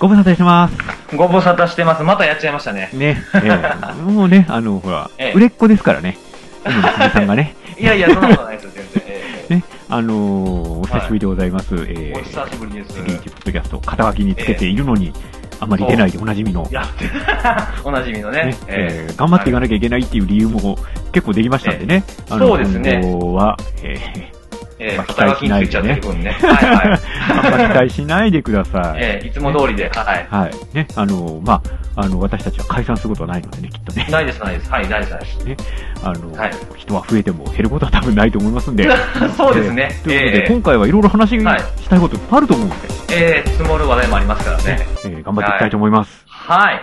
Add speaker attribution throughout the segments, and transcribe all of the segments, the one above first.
Speaker 1: ご無沙汰してます。
Speaker 2: ご無沙汰してます。またやっちゃいましたね。
Speaker 1: ね。ええもうね、あの、ほら、
Speaker 2: ええ
Speaker 1: 売れっ子ですから ね。今の娘さんがね。
Speaker 2: いやいや、そんなことないですよ、全然。え
Speaker 1: ね。あのーお久しぶりでございます。え
Speaker 2: え
Speaker 1: え
Speaker 2: お久しぶりです。
Speaker 1: 現地ポッドキャスト、肩書きにつけているのに、あまり出ないでおなじみの。
Speaker 2: やって、 おなじみのね
Speaker 1: ね。
Speaker 2: え
Speaker 1: えー頑張っていかなきゃいけないっていう理由も結構できましたんでね、あの
Speaker 2: そうですね
Speaker 1: 今後は、え
Speaker 2: ええ
Speaker 1: ま
Speaker 2: え
Speaker 1: あ
Speaker 2: 肩書きについちゃってる分ね。 はいはい。
Speaker 1: ー、あんま期待しないでくださ い。
Speaker 2: ええいつも通りで、はい。
Speaker 1: はい。ね、あの、まあ、あの、私たちは解散することはないのでね、きっとね、
Speaker 2: ないです、ないです。はい、ないです、ないです。
Speaker 1: あの、
Speaker 2: はい
Speaker 1: 人は増えても減ることは多分ないと思いますん で、
Speaker 2: そうですね。
Speaker 1: と
Speaker 2: え
Speaker 1: いうことで、
Speaker 2: え
Speaker 1: 今回はいろいろ話
Speaker 2: はい
Speaker 1: したいこといっぱいあると思うんで、
Speaker 2: ええ積もる話題もありますからね。
Speaker 1: えー頑張っていきたいと思います。
Speaker 2: はい。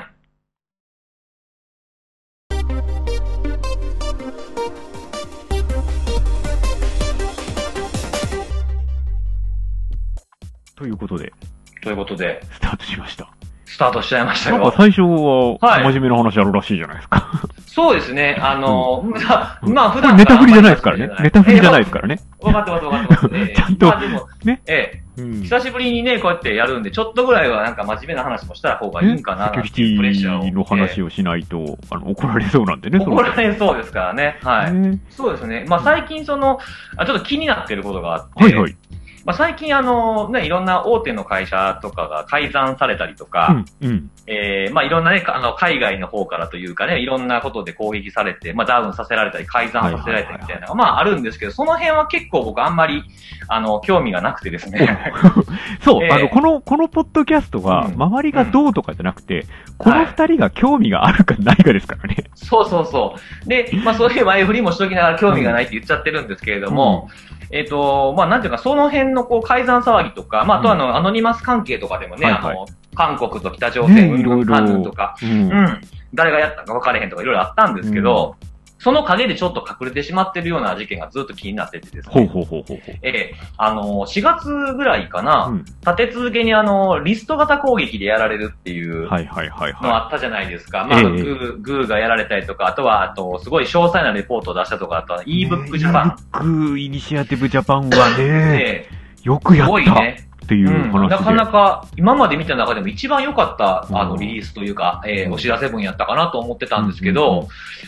Speaker 1: ということで、
Speaker 2: ということで、
Speaker 1: スタートしました。
Speaker 2: スタートしちゃいました
Speaker 1: なんか
Speaker 2: よ。
Speaker 1: 最初は、
Speaker 2: はい
Speaker 1: 真面目な話あるらしいじゃないです か。
Speaker 2: そうですね。あの、まあ、
Speaker 1: うん
Speaker 2: まあ普
Speaker 1: これ
Speaker 2: 段
Speaker 1: ネタ振りじゃないですからね。ネタ振りじゃない
Speaker 2: い。
Speaker 1: ですからね。
Speaker 2: わかってます、わかってます。ええ
Speaker 1: ちゃんと
Speaker 2: まあでも
Speaker 1: ね。
Speaker 2: ええ
Speaker 1: うん
Speaker 2: 久しぶりにね、こうやってやるんで、ちょっとぐらいはなんか真面目な話もした方がいいんか
Speaker 1: ね
Speaker 2: な、
Speaker 1: セ
Speaker 2: って
Speaker 1: キ
Speaker 2: い
Speaker 1: ュ
Speaker 2: うプレッ
Speaker 1: リ
Speaker 2: シ
Speaker 1: テ
Speaker 2: ャー
Speaker 1: ィ
Speaker 2: を。
Speaker 1: の話
Speaker 2: を、
Speaker 1: をしないと、あの怒られそうなんでね、
Speaker 2: 怒られそうですからね。はい。
Speaker 1: ね
Speaker 2: そうです ね。まあ最近その、あちょっと気になってることがあって、
Speaker 1: はいはい。
Speaker 2: まあ最近あの、ね、いろんな大手の会社とかが改ざんされたりとか、
Speaker 1: うん、うん。
Speaker 2: えーまあいろんなね、あの、海外の方からというかね、いろんなことで攻撃されて、まあダウンさせられたり、改ざんさせられたりみたいなのが、まああるんですけど、その辺は結構僕あんまり、あの、興味がなくてですね。
Speaker 1: そう、
Speaker 2: ええ
Speaker 1: あの、この、このポッドキャストは、
Speaker 2: うん
Speaker 1: 周りがどうとかじゃなくて、この二人が興味があるかないかですからね。
Speaker 2: そうそうそう。で、まあそういう前振りもしときながら興味がないって言っちゃってるんですけれども、えっ、と、まあなんていうか、その辺のこう改ざん騒ぎとか、まああとあの、アノニマス関係とかでもね、
Speaker 1: はいはい
Speaker 2: あの、韓国と北朝鮮、
Speaker 1: ねいろいろ
Speaker 2: カンヌとか、
Speaker 1: うん
Speaker 2: うん、誰がやったか分からへんとかいろいろあったんですけど、その陰でちょっと隠れてしまってるような事件がずっと気になっててですね。
Speaker 1: ほうほうほうほうほう。
Speaker 2: ええあの、4月ぐらいかな、
Speaker 1: うん
Speaker 2: 立て続けにあの、リスト型攻撃でやられるっていう、
Speaker 1: はいはいはい
Speaker 2: の
Speaker 1: は
Speaker 2: あったじゃないですか。まあ、
Speaker 1: ええ
Speaker 2: グー、グーがやられたりとか、あとは、あと、すごい詳細なレポートを出したとか、あとは ebook
Speaker 1: い。
Speaker 2: ジャパン。
Speaker 1: ン。イニシアティブジャパンは ね、
Speaker 2: ええ
Speaker 1: よくや
Speaker 2: す
Speaker 1: っ
Speaker 2: ごい
Speaker 1: たっ
Speaker 2: ね。。
Speaker 1: ていううん話で。
Speaker 2: なかなか、今まで見た中でも一番良かった、あ
Speaker 1: う
Speaker 2: の、
Speaker 1: ん
Speaker 2: リリースというか、ええお知らせ文やったかなと思ってたんですけ
Speaker 1: うんうんうん
Speaker 2: ど、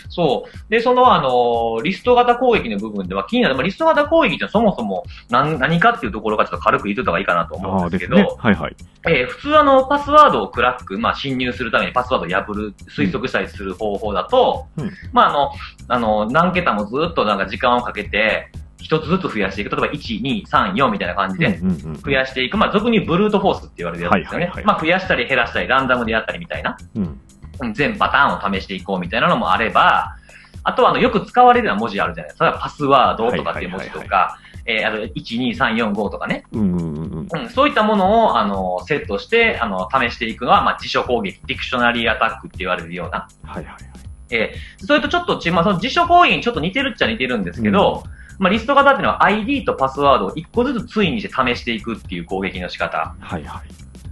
Speaker 2: そう。で、その、あの、リスト型攻撃の部分では気になる。まあ、リスト型攻撃ってそもそも何、何かっていうところがちょっと軽く言っといた方がいいかなと思
Speaker 1: あ
Speaker 2: う
Speaker 1: あ
Speaker 2: んです
Speaker 1: で
Speaker 2: け
Speaker 1: す
Speaker 2: ど、
Speaker 1: ね。はいはい。
Speaker 2: えー普通あの、パスワードをクラック、まあ、侵入するためにパスワードを破る、推測したりする方法だと、
Speaker 1: うん
Speaker 2: まあ、あの、あの、何桁もずっとなんか時間をかけて、一つずつ増やしていく。例えば、1、2、3、4みたいな感じ
Speaker 1: うん
Speaker 2: で、
Speaker 1: うんうん
Speaker 2: 増やしていく。まあ、俗にブルートフォースって言われるやつですよね。
Speaker 1: はいはいはい
Speaker 2: まあ、増やしたり減らしたり、ランダムでやったりみたいな。
Speaker 1: うん。
Speaker 2: うん全パターンを試していこうみたいなのもあれば、あとはあの、よく使われるような文字あるじゃないですか。パスワードとかっていう文字とか、えーあの、1、2、3、4、5とかね。
Speaker 1: うんうんうんうん。
Speaker 2: うん、そういったものを、あの、セットして、あの、試していくのは、まあ、辞書攻撃、ディクショナリーアタックって言われるような。
Speaker 1: はいはいはい。
Speaker 2: えーそれとちょっとち、まあ、その辞書攻撃にちょっと似てるっちゃ似てるんですけど、まあ、リスト型っていうのは ID とパスワードを一個ずつ対にして試していくっていう攻撃の仕方。
Speaker 1: はいはい。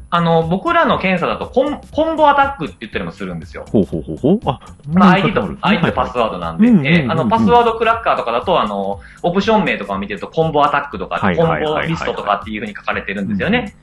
Speaker 2: あの、僕らの検査だとコン、コンボアタックって言ったりもするんですよ。
Speaker 1: ほうほうほうほう。あ、
Speaker 2: まあ、ID と
Speaker 1: なんか、あるん
Speaker 2: ID
Speaker 1: で
Speaker 2: と
Speaker 1: すね
Speaker 2: パスワードなんで、
Speaker 1: うんうんうんうん
Speaker 2: えーあの、パスワードクラッカーとかだと、あの、オプション名とかを見てると、コンボアタックとか、
Speaker 1: はい
Speaker 2: コ
Speaker 1: はいはい
Speaker 2: ンボ
Speaker 1: はい
Speaker 2: リストとかっていうふうに書かれてるんですよね。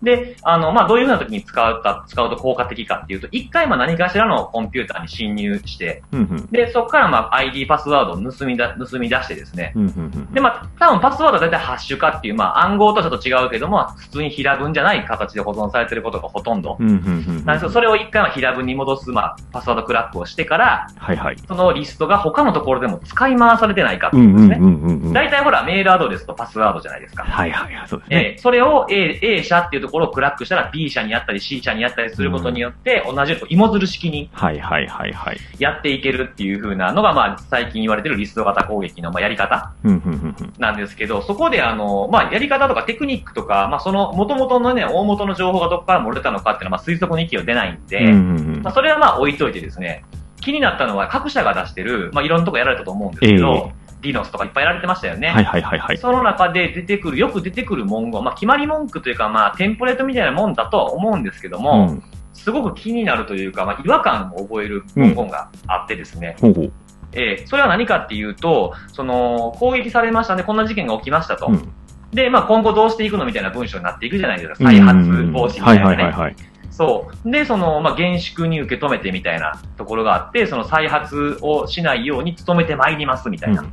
Speaker 2: で、あの、まあ、どういうふうな時に使うか、使うと効果的かっていうと、一回まあ何かしらのコンピューターに侵入して、
Speaker 1: うんうん。
Speaker 2: で、そこからまあ ID パスワードを盗みだ、盗み出してですね。
Speaker 1: うんうんうん。
Speaker 2: で、まあ、多分パスワードは大体ハッシュ化っていう、まあ、暗号とはちょっと違うけども、普通に平文じゃない形で保存されてることがほとんど。
Speaker 1: うんうんうんうん。
Speaker 2: なんですけど、それを一回は平文に戻す、まあ、パスワードクラックをしてから、
Speaker 1: はいはい。
Speaker 2: そのリストが他のところでも使い回されてないかって
Speaker 1: う
Speaker 2: いうんこ
Speaker 1: う
Speaker 2: と
Speaker 1: ん
Speaker 2: で
Speaker 1: う
Speaker 2: すね。
Speaker 1: んうんうん。
Speaker 2: 大体ほら、メールアドレスとパスワードじゃないですか。
Speaker 1: はいはいはい、そうですね。
Speaker 2: えーそれを A, A 社っていうところをクラックしたら B 社にやったり C 社にやったりすることによって、同じように芋づる式に
Speaker 1: はいはいはいはい。
Speaker 2: やっていけるっていう風なのが、まあ、最近言われてるリスト型攻撃の、まあ、やり方
Speaker 1: うんうんうんうん。
Speaker 2: なんですけど、そこであの、まあ、やり方とかテクニックとか、まあ、その元々のね、大元の情報がどこから漏れたのかっていうのは、まあ、推測の域を出ないんで、
Speaker 1: うんうんうん
Speaker 2: まあ、それはまあ置いといてですね、気になったのは各社が出してる、まあ、いろんなとこやられたと思うんですけど、ディノスとかいっぱいやられてましたよね。
Speaker 1: はいはいはいはい。
Speaker 2: その中で出てくる、よく出てくる文言、まあ、決まり文句というか、まあ、テンプレートみたいなもんだとは思うんですけども、
Speaker 1: ん。
Speaker 2: すごく気になるというか、まあ、違和感を覚える文言があってですね、
Speaker 1: ほうほう。
Speaker 2: えーそれは何かっていうと、その、攻撃されましたね、こんな事件が起きましたと。
Speaker 1: うん
Speaker 2: で、まあ、今後どうしていくのみたいな文章になっていくじゃないですか、再発防止みたいなね。
Speaker 1: はいはいはいはい。
Speaker 2: そう。で、その、まあ、厳粛に受け止めてみたいなところがあって、その再発をしないように努めてまいりますみたいな。
Speaker 1: うん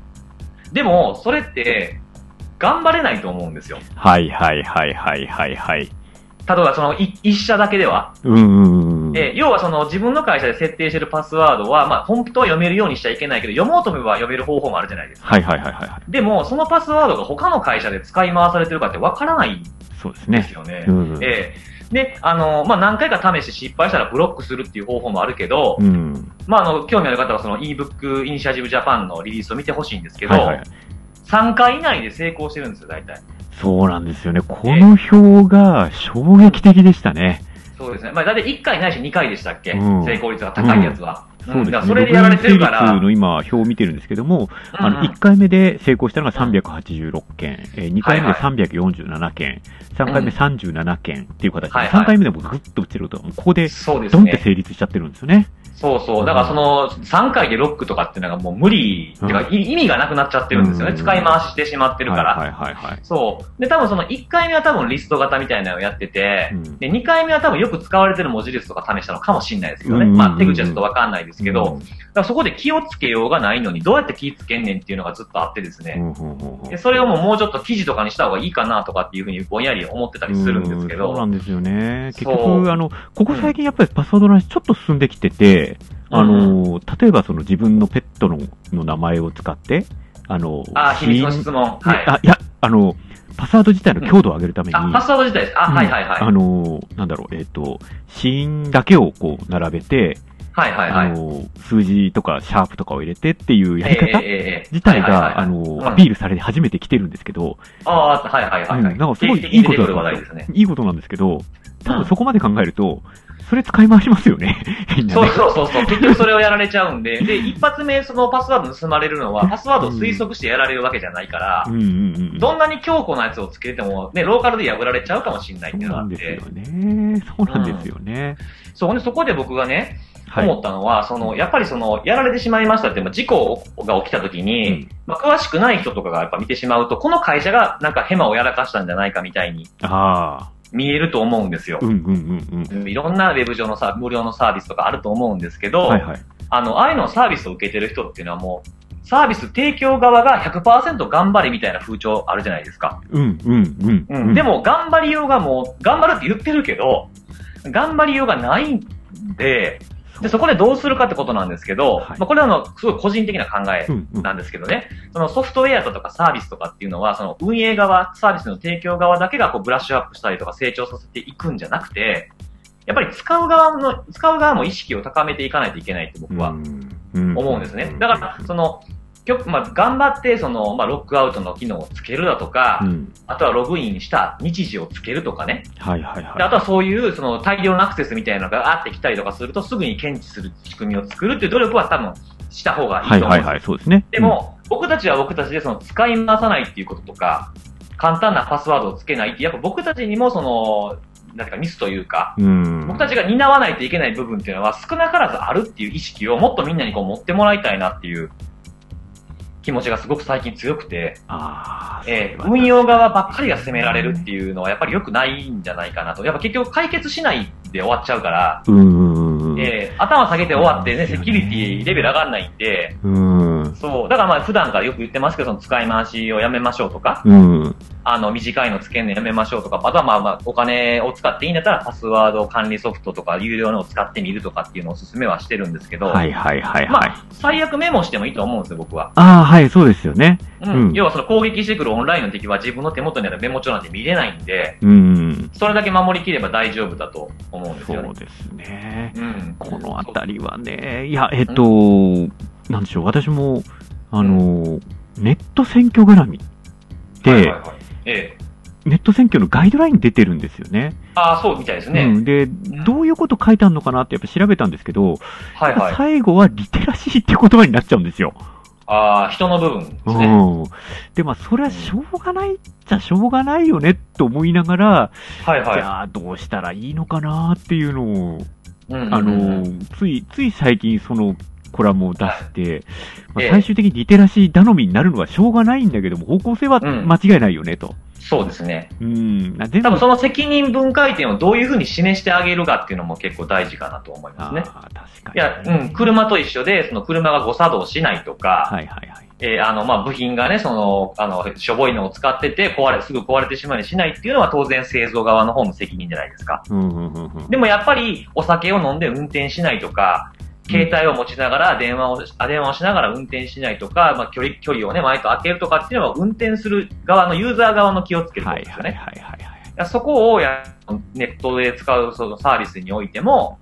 Speaker 2: でも、それって、頑張れないと思うんですよ。
Speaker 1: はいはいはいはいはいはい。
Speaker 2: 例えば、その、い一社だけでは。
Speaker 1: うんうんうん。
Speaker 2: えー要はその、自分の会社で設定してるパスワードは、まあ、本当は読めるようにしちゃいけないけど、読もうと思えば読める方法もあるじゃないですか。
Speaker 1: はいはいはいはいはい。
Speaker 2: でも、そのパスワードが他の会社で使い回されてるかってわからないん
Speaker 1: そうです
Speaker 2: で
Speaker 1: ね
Speaker 2: す。よね。
Speaker 1: うんうん。
Speaker 2: ええで、あの、まあ、何回か試して失敗したらブロックするっていう方法もあるけど、
Speaker 1: うん。
Speaker 2: まあ、あの、興味ある方はその ebook イニシアチブジャパンのリリースを見てほしいんですけど、
Speaker 1: はいはいはい。
Speaker 2: 3回以内で成功してるんですよ、大体。
Speaker 1: そうなんですよね。この表が衝撃的でしたね。
Speaker 2: そうですね。まあ、大体1回ないし2回でしたっけ、
Speaker 1: うん
Speaker 2: 成功率が高いやつは。
Speaker 1: そうですね。
Speaker 2: だからそれでやられてるから、
Speaker 1: ログイン成立の今、表を見てるんですけども、あ
Speaker 2: う
Speaker 1: の、
Speaker 2: んうん
Speaker 1: 1回目で成功したのが386件、えー2回目で
Speaker 2: は
Speaker 1: 347件、3回目37件っていう形で、
Speaker 2: はいはい
Speaker 1: 3回目でもぐっと落ちてると、もうここで、
Speaker 2: そうです
Speaker 1: ドンって
Speaker 2: ね。
Speaker 1: 成立しちゃってるんですよね。
Speaker 2: そうそう。だからその、3回でロックとかっていうのがもう無理、っていうか、い意味がなくなっちゃってるんですよね。
Speaker 1: うん
Speaker 2: 使い回ししてしまってるから。
Speaker 1: はいはいはいはい。
Speaker 2: そう。で、多分その1回目は多分リスト型みたいなのをやってて、
Speaker 1: うん
Speaker 2: で、2回目は多分よく使われてる文字列とか試したのかもしれないですけど
Speaker 1: う
Speaker 2: ね。
Speaker 1: んうんうん
Speaker 2: まあ、手口はちょっとわかんないですけど、
Speaker 1: うん
Speaker 2: だからそこで気をつけようがないのに、どうやって気をつけんねんっていうのがずっとあってです
Speaker 1: う
Speaker 2: ね。
Speaker 1: んうんうんうん
Speaker 2: でそれをもうもうちょっと記事とかにした方がいいかなとかっていうふうにぼんやり思ってたりするんですけ
Speaker 1: う
Speaker 2: ど、
Speaker 1: んそうなんですよね。結
Speaker 2: そう
Speaker 1: 局、あの、ここ最近やっぱりパスワードの話ちょっと進んできてて、
Speaker 2: うん
Speaker 1: あの、例えばその自分のペットのの名前を使って、あの、
Speaker 2: あー、秘密の質問。
Speaker 1: ね
Speaker 2: はい。
Speaker 1: あ、いや、あの、パスワード自体の強度を上げるために、
Speaker 2: あ、パスワード自体です。あ、はいはいはい。
Speaker 1: あのーなんだろう、えっ、と、死因だけをこう並べて、
Speaker 2: はいはいはい。
Speaker 1: あのー数字とかシャープとかを入れてっていうやり
Speaker 2: ええ
Speaker 1: 方
Speaker 2: ええええ
Speaker 1: 自体が、
Speaker 2: はいはいはい
Speaker 1: あのー
Speaker 2: うん
Speaker 1: アピールされて初めて来てるんですけど、
Speaker 2: ああ、はいはいはいはい。
Speaker 1: うんなんかすごい
Speaker 2: 定期的
Speaker 1: い
Speaker 2: に
Speaker 1: い
Speaker 2: 出
Speaker 1: こ
Speaker 2: てく
Speaker 1: と
Speaker 2: る話
Speaker 1: だ
Speaker 2: 題ですね。
Speaker 1: いいことなんですけど、多
Speaker 2: うん
Speaker 1: 分そこまで考えると、それ使い回しますよね。 みんな
Speaker 2: そう
Speaker 1: ね。
Speaker 2: そうそうそう。結局それをやられちゃうんで、で、一発目そのパスワード盗まれるのは、パスワードを推測してやられるわけじゃないから
Speaker 1: う、んうんうん。
Speaker 2: どんなに強固なやつをつけても、ね、ローカルで破られちゃうかもしれないって
Speaker 1: そう
Speaker 2: いうのが
Speaker 1: な
Speaker 2: あっ
Speaker 1: んです
Speaker 2: て
Speaker 1: よ、ね。そうなんですよね。
Speaker 2: そうね、そこで僕がね、
Speaker 1: はい。
Speaker 2: 思ったのは、その、やっぱりその、やられてしまいましたって、まあ事故が起きた時
Speaker 1: う
Speaker 2: に
Speaker 1: ん、
Speaker 2: まあ詳しくない人とかがやっぱ見てしまうと、この会社がなんかヘマをやらかしたんじゃないかみたいに
Speaker 1: ああ。
Speaker 2: 見えると思うんですよ
Speaker 1: う。んうんうん
Speaker 2: いろんなウェブ上のさ、無料のサービスとかあると思うんですけ
Speaker 1: う
Speaker 2: ど
Speaker 1: ん。、はいはい。
Speaker 2: あの、ああいうのをサービスを受けてる人っていうのはもう、サービス提供側が100%頑張れみたいな風潮あるじゃないですか。
Speaker 1: うんうんうん。
Speaker 2: で、も、頑張りようがもう、頑張るって言ってるけど、頑張りようがないんで、で、そこでどうするかってことなんですけど、
Speaker 1: はい
Speaker 2: まあ、これはあの、すごい個人的な考え
Speaker 1: うんうん。
Speaker 2: なんですけどね、そのソフトウェアだとかサービスとかっていうのは、その運営側、サービスの提供側だけがこうブラッシュアップしたりとか成長させていくんじゃなくて、やっぱり使う側の、使う側も意識を高めていかないといけないって僕は思うんですね。だから、その、極まあ、頑張って、その、まあ、ロックアウトの機能をつけるだとか、
Speaker 1: うん。
Speaker 2: あとはログインした日時をつけるとかね。
Speaker 1: はいはいはい。
Speaker 2: であとはそういう、その、大量のアクセスみたいなのがあってきたりとかすると、すぐに検知する仕組みを作るっていう努力は多分した方がいい
Speaker 1: はい
Speaker 2: と思う
Speaker 1: は
Speaker 2: んですよ。
Speaker 1: いはい、そうですね。
Speaker 2: でも、僕たちは僕たちでその、使い回さないっていうこととか、簡単なパスワードをつけないって、やっぱ僕たちにもその、なんていうかミスというか、
Speaker 1: うん、うん、
Speaker 2: 僕たちが担わないといけない部分っていうのは少なからずあるっていう意識をもっとみんなにこう持ってもらいたいなっていう気持ちがすごく最近強くて、
Speaker 1: あー
Speaker 2: えー
Speaker 1: それは
Speaker 2: 運用側ばっかりが責められるっていうのはやっぱり良くないんじゃないかなと。やっぱ結局解決しないで終わっちゃうから、
Speaker 1: うんうんうん。
Speaker 2: えー頭下げて終わってね、
Speaker 1: そうで
Speaker 2: セ
Speaker 1: す
Speaker 2: キ
Speaker 1: よ
Speaker 2: ュ
Speaker 1: ね
Speaker 2: リティレベル上がんないんで、
Speaker 1: うん。
Speaker 2: そう。だからまあ普段からよく言ってますけど、その使い回しをやめましょうとか、
Speaker 1: うん。
Speaker 2: あの短いのつけんのやめましょうとか、あとはまあまあお金を使っていいんだったらパスワード管理ソフトとか有料のを使ってみるとかっていうのをお勧めはしてるんですけど、
Speaker 1: はいはいはい
Speaker 2: ま
Speaker 1: はい。
Speaker 2: あ最悪メモしてもいいと思うんですよ、僕は。
Speaker 1: ああ、はい、そうですよね。
Speaker 2: うん。
Speaker 1: うん
Speaker 2: 要はその攻撃してくるオンラインの敵は自分の手元にあるメモ帳なんて見れないんで、
Speaker 1: うん。
Speaker 2: それだけ守りきれば大丈夫だと思うんです
Speaker 1: そ
Speaker 2: よね
Speaker 1: う。ですね。
Speaker 2: うん。
Speaker 1: このあたりはね、いや、えっと、なんでしょう、私も、あの、ネット選挙絡みで、
Speaker 2: はいはいはいええ。
Speaker 1: ネット選挙のガイドライン出てるんですよね。
Speaker 2: ああ、そうみたいですね。
Speaker 1: うん、で、どういうこと書いてあるのかなってやっぱ調べたんですけど、
Speaker 2: はいはい。
Speaker 1: 最後はリテラシーっていう言葉になっちゃうんですよ。
Speaker 2: ああ、人の部分ですね。
Speaker 1: うん。で、まあ、それはしょうがないっちゃしょうがないよねと思いながら、
Speaker 2: はい
Speaker 1: じ
Speaker 2: は
Speaker 1: ゃあどうしたらいいのかなっていうのを、
Speaker 2: い。うんうんうん
Speaker 1: あの、つい、つい最近そのコラムを出し て、まあ
Speaker 2: ええ
Speaker 1: 最終的にリテラシー頼みになるのはしょうがないんだけども、方向性は
Speaker 2: うん
Speaker 1: 間違いないよねと。
Speaker 2: そうですね。
Speaker 1: うん。あで
Speaker 2: 多
Speaker 1: も
Speaker 2: 分その責任分解点をどういうふうに示してあげるかっていうのも結構大事かなと思いますね。
Speaker 1: ああ、確かに。
Speaker 2: いや、うん、車と一緒で、その車が誤作動しないとか、
Speaker 1: はいはいはい。
Speaker 2: えーあの、まあ、部品がね、その、あの、しょぼいのを使ってて、壊れ、すぐ壊れてしまいしないっていうのは当然製造側の方の責任じゃないですか。
Speaker 1: うんうんうんうん。
Speaker 2: でもやっぱり、お酒を飲んで運転しないとか、携帯を持ちながら電話を、あ電話をしながら運転しないとか、まあ、距離、距離をね、前と開けるとかっていうのは、運転する側のユーザー側の気をつけること
Speaker 1: は
Speaker 2: で
Speaker 1: い
Speaker 2: すよね。
Speaker 1: はいはいはいはい。
Speaker 2: いやそこをやネットで使うそのサービスにおいても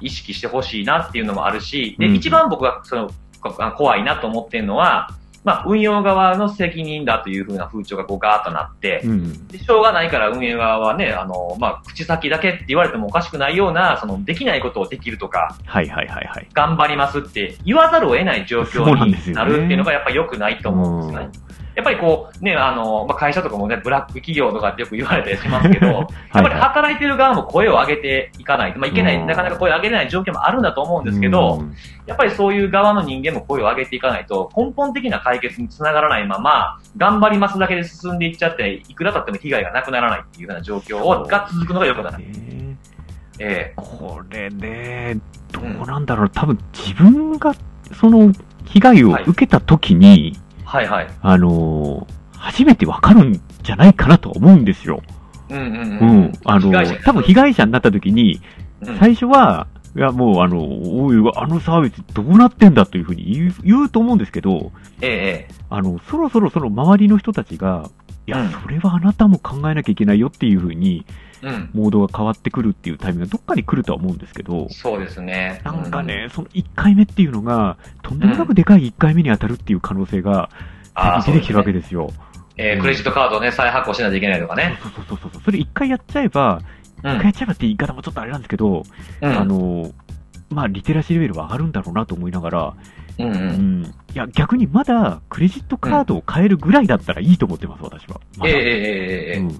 Speaker 2: 意識してほしいなっていうのもあるし、で、
Speaker 1: うん
Speaker 2: 一番僕がそのこあ怖いなと思ってるのは、まあ、運用側の責任だというふうな風潮がこうガーッとなって、
Speaker 1: うん。
Speaker 2: でしょうがないから運営側はね、あの、まあ、口先だけって言われてもおかしくないような、その、できないことをできるとか、
Speaker 1: はいはいはいはい。
Speaker 2: 頑張りますって言わざるを得ない状況
Speaker 1: そうなんです
Speaker 2: に
Speaker 1: よね
Speaker 2: なるっていうのがやっぱ良くないと思うん
Speaker 1: う
Speaker 2: ですね
Speaker 1: ん。
Speaker 2: やっぱりこう、ね、あの、まあ、会社とかもね、ブラック企業とかってよく言われたりしますけど、やっぱり働いてる側も声を上げていかないと、まあ、いけない、
Speaker 1: うん
Speaker 2: なかなか声を上げれない状況もあるんだと思うんですけど、、やっぱりそういう側の人間も声を上げていかないと、根本的な解決につながらないまま、頑張りますだけで進んでいっちゃって、いくら経っても被害がなくならないっていうような状況をが続くのが良くな
Speaker 1: る
Speaker 2: る。。ええ
Speaker 1: これね、どうなんだろう。多分自分が、その、被害を受けた時に、
Speaker 2: はいはい。
Speaker 1: あのー、初めてわかるんじゃないかなと思うんですよ。
Speaker 2: うんうん
Speaker 1: う
Speaker 2: うん。
Speaker 1: ん。あの
Speaker 2: 被害者
Speaker 1: ー、多分被害者になった時に、
Speaker 2: うん
Speaker 1: 最初は、いや、もう、あの、おい、あのサービスどうなってんだというふうに言う言うと思うんですけど、
Speaker 2: ええええ
Speaker 1: あの、そろそろその周りの人たちが、いや、
Speaker 2: うん
Speaker 1: それはあなたも考えなきゃいけないよっていうふうに、
Speaker 2: うん。
Speaker 1: モードが変わってくるっていうタイミングがどっかに来るとは思うんですけど、
Speaker 2: そうですね。
Speaker 1: なんかね、その1回目っていうのが、とんでもなくでかい1回目に当たるっていう可能性が
Speaker 2: うん、ああ
Speaker 1: 出てきてるわけ
Speaker 2: で。
Speaker 1: ですよ。
Speaker 2: えークレジットカードをね、再発行しないといけないとかね。
Speaker 1: そうそうそうそうそう。それ1回やっちゃえば、
Speaker 2: う
Speaker 1: 1回やっちゃえばって言い方もちょっとあれなんですけど、
Speaker 2: ん。
Speaker 1: あの、まあ、リテラシーレベルは上がるんだろうなと思いながら、
Speaker 2: うん
Speaker 1: う
Speaker 2: う。
Speaker 1: んん、いや、逆にまだクレジットカードを変えるぐらいだったらいいと思ってます、私は。ま
Speaker 2: ええ
Speaker 1: だ
Speaker 2: えええええ
Speaker 1: うん、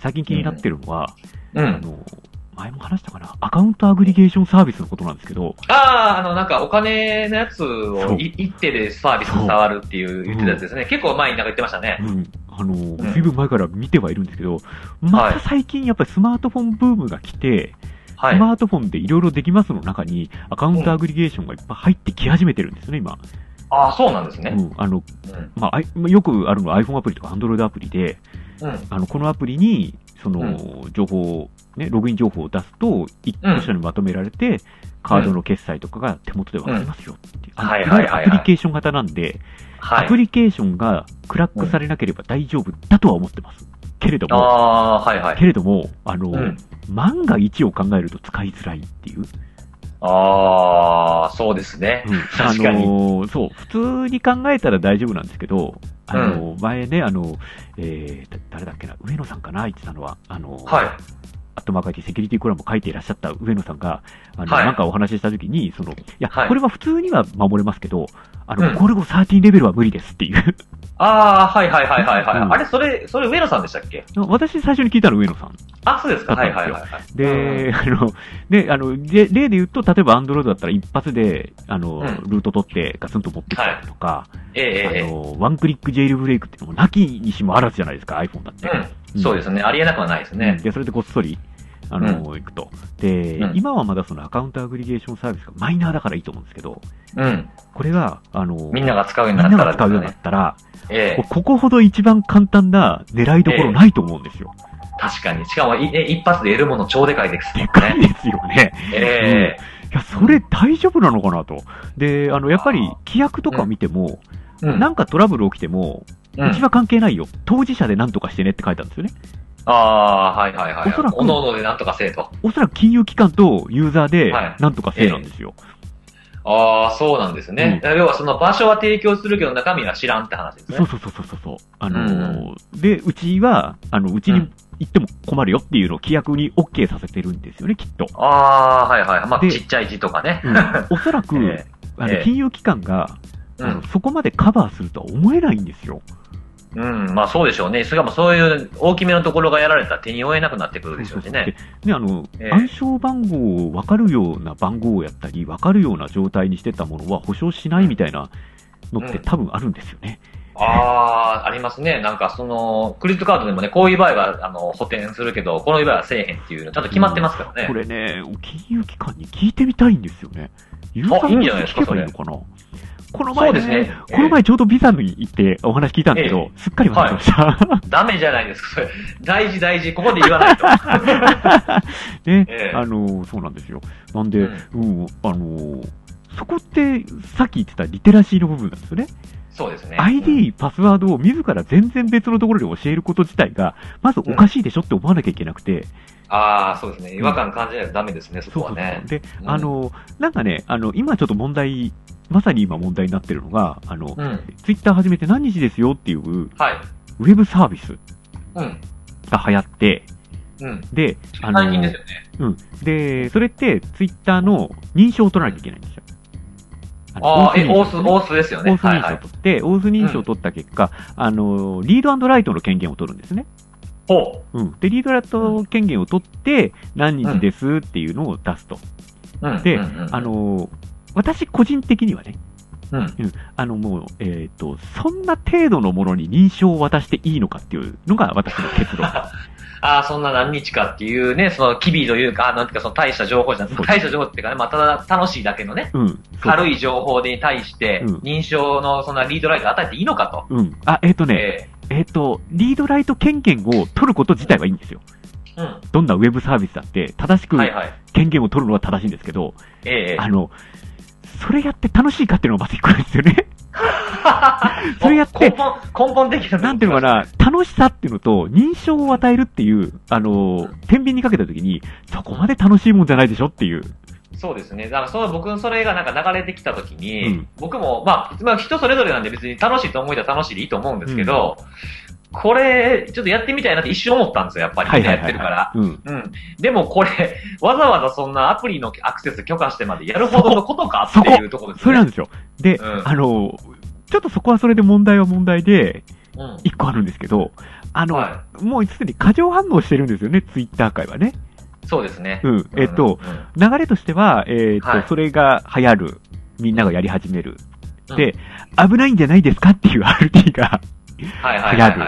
Speaker 1: 最近気になってるのは、
Speaker 2: えう
Speaker 1: あ
Speaker 2: ん。
Speaker 1: の、前も話したかな、アカウントアグリゲーションサービスのことなんですけど、
Speaker 2: ああー、あの、なんかお金のやつ
Speaker 1: そ
Speaker 2: を
Speaker 1: う
Speaker 2: い一手でサービスに触るっていう言ってたやつですね。結構前になんか言ってましたね
Speaker 1: う。ん、あの、随分前から見てはいるんですけど、また最近やっぱりスマートフォンブームが来て、
Speaker 2: は
Speaker 1: ス
Speaker 2: い。
Speaker 1: マートフォンでいろいろできますの中に、アカウントアグリゲーションがいっぱい入ってき始めてるんですね、今。
Speaker 2: ああ、そうなんです
Speaker 1: う
Speaker 2: ね。
Speaker 1: ん、あの、
Speaker 2: うん。
Speaker 1: まあ、あいよくあるのは iPhone アプリとか Android アプリで、
Speaker 2: うん。
Speaker 1: あの、このアプリに、その、
Speaker 2: う
Speaker 1: 情報を、ね、ログイン情報を出すと、一箇所にまとめられて、カードの決済とかが手元でわかりますよっていう。あの
Speaker 2: はい
Speaker 1: い
Speaker 2: はいは
Speaker 1: わ
Speaker 2: い
Speaker 1: ゆるアプリケーション型なんで、
Speaker 2: は
Speaker 1: アプ
Speaker 2: い。
Speaker 1: リケーションがクラックされなければ大丈夫だとは思ってます。けれど
Speaker 2: あ
Speaker 1: も、
Speaker 2: あー、はいはい。
Speaker 1: けれども、あの、
Speaker 2: うん。
Speaker 1: 万が一を考えると使いづらいっていう。
Speaker 2: ああ、そうですね。
Speaker 1: うん
Speaker 2: 確かに
Speaker 1: あのーそう、普通に考えたら大丈夫なんですけど、あのー前ね、あの、えー、だ誰だっけな、上野さんかな、言ってたのは、あのー
Speaker 2: はい。
Speaker 1: アットマーク IT セキュリティコラムを書いていらっしゃった上野さんが、あの、
Speaker 2: はい
Speaker 1: なんかお話ししたときに、その、いや、
Speaker 2: はい
Speaker 1: これは普通には守れますけど、あの、
Speaker 2: うん
Speaker 1: ゴルゴ13レベルは無理ですっていう。
Speaker 2: ああ、はいはいはいはいはい。
Speaker 1: うん
Speaker 2: あれ、それ、それ上野さんでしたっけ
Speaker 1: 私最初に聞いたの上野さん。
Speaker 2: あ、そうですか。はいはいはいはい。
Speaker 1: で、あの、で、あの、で例で言うと、例えばアンドロイドだったら一発で、あの、
Speaker 2: うん
Speaker 1: ルート取ってガツンと持ってきたりとか、
Speaker 2: ええええ
Speaker 1: あの、ワンクリックジェイルブレイクっていうのもなきにしもあらずじゃないですか、iPhone だって。
Speaker 2: うん。そうですね。ありえなくはないですね。
Speaker 1: で、それでこっそり、あの、行くと。で、
Speaker 2: うん
Speaker 1: 今はまだそのアカウントアグリゲーションサービスがマイナーだからいいと思うんですけど、
Speaker 2: うん。
Speaker 1: これが、あの、
Speaker 2: みんなが使うよ
Speaker 1: み
Speaker 2: うんにな
Speaker 1: な
Speaker 2: っ
Speaker 1: が
Speaker 2: たらです
Speaker 1: 使
Speaker 2: よ
Speaker 1: うようにな
Speaker 2: ね
Speaker 1: っ。たら、
Speaker 2: ええ
Speaker 1: ここほど一番簡単な狙いどころないと思うんですよ。
Speaker 2: 確かに。しかも、いえ一発で得るもの超でかいです。
Speaker 1: でかいですよね。
Speaker 2: ええ
Speaker 1: いや、それ大丈夫なのかなと。で、あの、やっぱり
Speaker 2: あー、
Speaker 1: 規約とか見ても、
Speaker 2: うん
Speaker 1: なんかトラブル起きても、
Speaker 2: う
Speaker 1: うち
Speaker 2: ん。
Speaker 1: は関係ないよ。当事者で何とかしてねって書いたんですよね。
Speaker 2: ああ、はいはいはい。
Speaker 1: おそらく
Speaker 2: おのおのでなんとかせえと。
Speaker 1: おそらく金融機関とユーザーで
Speaker 2: はい
Speaker 1: 何とかせいなんですよ。
Speaker 2: ああ、そうなんですね。要はその場所は提供するけど中身は知らんって話です
Speaker 1: そう
Speaker 2: ね。
Speaker 1: そうそうそうそう。あのーで、うちは、あの、うちに行っても困るよっていうのを規約に OK させてるんですよね、きっと。
Speaker 2: ああ、はいはい。まあ、
Speaker 1: で
Speaker 2: ちっちゃい字とかね。
Speaker 1: うんおそらく、
Speaker 2: え
Speaker 1: あの
Speaker 2: ええ
Speaker 1: 金融機関が、
Speaker 2: う
Speaker 1: あの
Speaker 2: ん。
Speaker 1: そこまでカバーするとは思えないんですよ。
Speaker 2: うん。まあ、そうでしょうね。しかもそういう大きめのところがやられたら手に負えなくなってくるでしょうしね
Speaker 1: で。ねあの
Speaker 2: ええ
Speaker 1: 暗証番号を分かるような番号をやったり、分かるような状態にしてたものは保証しないみたいなのって
Speaker 2: うん
Speaker 1: 多分あるんですよね。
Speaker 2: ああー、ありますね。なんかその、クレジットカードでもね、こういう場合は、あの、補填するけど、この場合はせえへんっていうの、ちゃんと決まってますからね。
Speaker 1: これね、金融機関に聞いてみたいんですよね。ユーザ
Speaker 2: いい
Speaker 1: ー
Speaker 2: ん
Speaker 1: に
Speaker 2: じゃないですか
Speaker 1: 聞けばいいのかなこの前、
Speaker 2: そうですね
Speaker 1: この前ちょうどビザに行ってお話聞いたんですけど、すっかり忘れてました。
Speaker 2: ダメじゃないですか、それ。大事大事、ここで言わない と。
Speaker 1: ね、
Speaker 2: ええ
Speaker 1: あの、そうなんですよ。なんで、
Speaker 2: う
Speaker 1: うんん、あの、そこって、さっき言ってたリテラシーの部分なんですよね。
Speaker 2: そうですね。
Speaker 1: ID、パスワードを自ら全然別のところで教えること自体が、まずおかしいでしょって思わなきゃいけなくて、
Speaker 2: ああ、そうですね。違和感感じないとダメですね、そ
Speaker 1: そ
Speaker 2: こ
Speaker 1: うそ
Speaker 2: は
Speaker 1: う
Speaker 2: ね
Speaker 1: そう。。で、
Speaker 2: うん
Speaker 1: あの、なんかね、あの、今ちょっと問題、まさに今問題になってるのが、あの、
Speaker 2: うん。
Speaker 1: ツイッター始めて何日ですよっていうウ
Speaker 2: はい。
Speaker 1: ェブサービス
Speaker 2: うん。
Speaker 1: が流行って、
Speaker 2: うん。
Speaker 1: で、あの、
Speaker 2: 最近ですよね。
Speaker 1: うん。で、それってツイッターの認証を取らなきゃいけないんですよ。
Speaker 2: ああ、え、オース、
Speaker 1: オース認証
Speaker 2: オースですよ
Speaker 1: オ
Speaker 2: ね。
Speaker 1: ース
Speaker 2: はい
Speaker 1: 認
Speaker 2: は
Speaker 1: 証を
Speaker 2: い。
Speaker 1: 取って、オース認証を取った結果、あの、リードライトの権限を取るんですね。
Speaker 2: ほ
Speaker 1: うん。で、リードライト権限を取って、何日ですっていうのを出すと。
Speaker 2: う。うん。
Speaker 1: で
Speaker 2: うんうんうん
Speaker 1: あ、の、私個人的にはね、
Speaker 2: うん。
Speaker 1: あのもう、えっ、と、そんな程度のものに認証を渡していいのかっていうのが私の結 論。
Speaker 2: ああ、そんな何日かっていうね、その、機微というか、なんていうか、その大した情報じゃな
Speaker 1: そう
Speaker 2: 大した情報っていうかね、まあ、ただ楽しいだけのね、
Speaker 1: うん。
Speaker 2: 軽
Speaker 1: い。
Speaker 2: い情報に対して
Speaker 1: うん、
Speaker 2: 認証のそんなリードライト与えていいのかと。
Speaker 1: うん。あ、えっ、とね、
Speaker 2: え
Speaker 1: えっ、と、リードライト権限を取ること自体はいいんですよ。
Speaker 2: えうん。
Speaker 1: どんなウェブサービスだって、正しく
Speaker 2: はいはい。
Speaker 1: 権限を取るのは正しいんですけど、
Speaker 2: ええ。
Speaker 1: あの、それやって楽しいかっていうのがまず一個なんですよ ね。それやって
Speaker 2: 根本、根本的な。
Speaker 1: なんていうのかな、楽しさっていうのと、認証を与えるっていう、あの、天秤にかけた時に、そこまで楽しいもんじゃないでしょっていう。
Speaker 2: そうですね。だからそう、僕、それがなんか流れてきたときに、
Speaker 1: うん
Speaker 2: 僕も、まあ、まあ、人それぞれなんで別に楽しいと思いたら楽しいでいいと思うんですけど、これ、ちょっとやってみたいなって一瞬思ったんですよ、やっぱり。
Speaker 1: はいはいはい、
Speaker 2: やってるから。
Speaker 1: うん。
Speaker 2: うん。でもこれ、わざわざそんなアプリのアクセス許可してまでやるほどのことか
Speaker 1: そ
Speaker 2: って
Speaker 1: こ
Speaker 2: いうところです
Speaker 1: そ
Speaker 2: ね。
Speaker 1: れなんですよ。で、
Speaker 2: うん
Speaker 1: あの、ちょっとそこはそれで問題は問題で、
Speaker 2: うん。
Speaker 1: 一個あるんですけど、あの、
Speaker 2: は
Speaker 1: もうすでに過剰反応してるんですよね、ツイッター界はね。
Speaker 2: そうですね。
Speaker 1: うん。えっと、
Speaker 2: うん、
Speaker 1: 流れとしては、えっと、
Speaker 2: はい
Speaker 1: それが流行る。みんながやり始める。
Speaker 2: うん
Speaker 1: で、危ないんじゃないですかっていう RT が。
Speaker 2: はいはいはい、
Speaker 1: 流
Speaker 2: は
Speaker 1: 行
Speaker 2: い。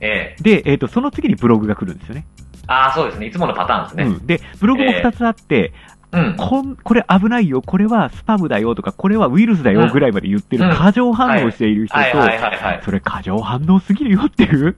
Speaker 2: ええ
Speaker 1: で、えっと、その次にブログが来るんですよね。
Speaker 2: ああ、そうですね。いつものパターンですね。
Speaker 1: うん。で、ブログも
Speaker 2: ええ
Speaker 1: 2つあって、
Speaker 2: うん。
Speaker 1: こん、これ危ないよ、これはスパムだよとか、これはウイルスだ
Speaker 2: う
Speaker 1: よ
Speaker 2: ん
Speaker 1: ぐらいまで言ってる
Speaker 2: うん
Speaker 1: 過剰反応している人と、
Speaker 2: はいはいはいはい。
Speaker 1: それ過剰反応すぎるよっていう、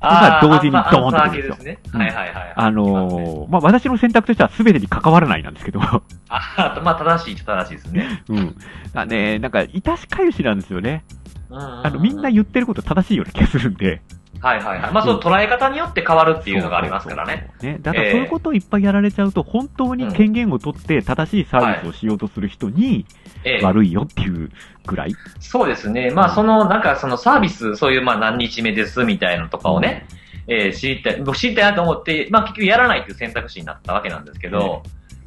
Speaker 2: ああ、
Speaker 1: 同時にドーン
Speaker 2: アンサー
Speaker 1: とくるんですよ
Speaker 2: アンサー系ね。
Speaker 1: うん
Speaker 2: はいはいはい。
Speaker 1: あのーまあ、私の選択としては全てに関わらないなんですけど、
Speaker 2: ああ、まあ、正しいっちゃ正しいですね。
Speaker 1: うん。あね、なんか、いたしかゆしなんですよね。
Speaker 2: あ
Speaker 1: あの、みんな言ってること正しいような気がするんで。
Speaker 2: はいはいはい。まあ、その捉え方によって変わるっていうのがありますからね。
Speaker 1: そうそうそう。ね。だから
Speaker 2: ええ
Speaker 1: そういうことをいっぱいやられちゃうと、本当に権限を取って正しいサービスをしようとする人に
Speaker 2: ええ。
Speaker 1: 悪いよっていうぐらい。
Speaker 2: そうですね。まあ、その、なんか、そのサービス、そういう、まあ、何日目ですみたいなのとかをね、えー知りたい、僕知りたいなと思って、まあ、結局やらないっていう選択肢になったわけなんですけど、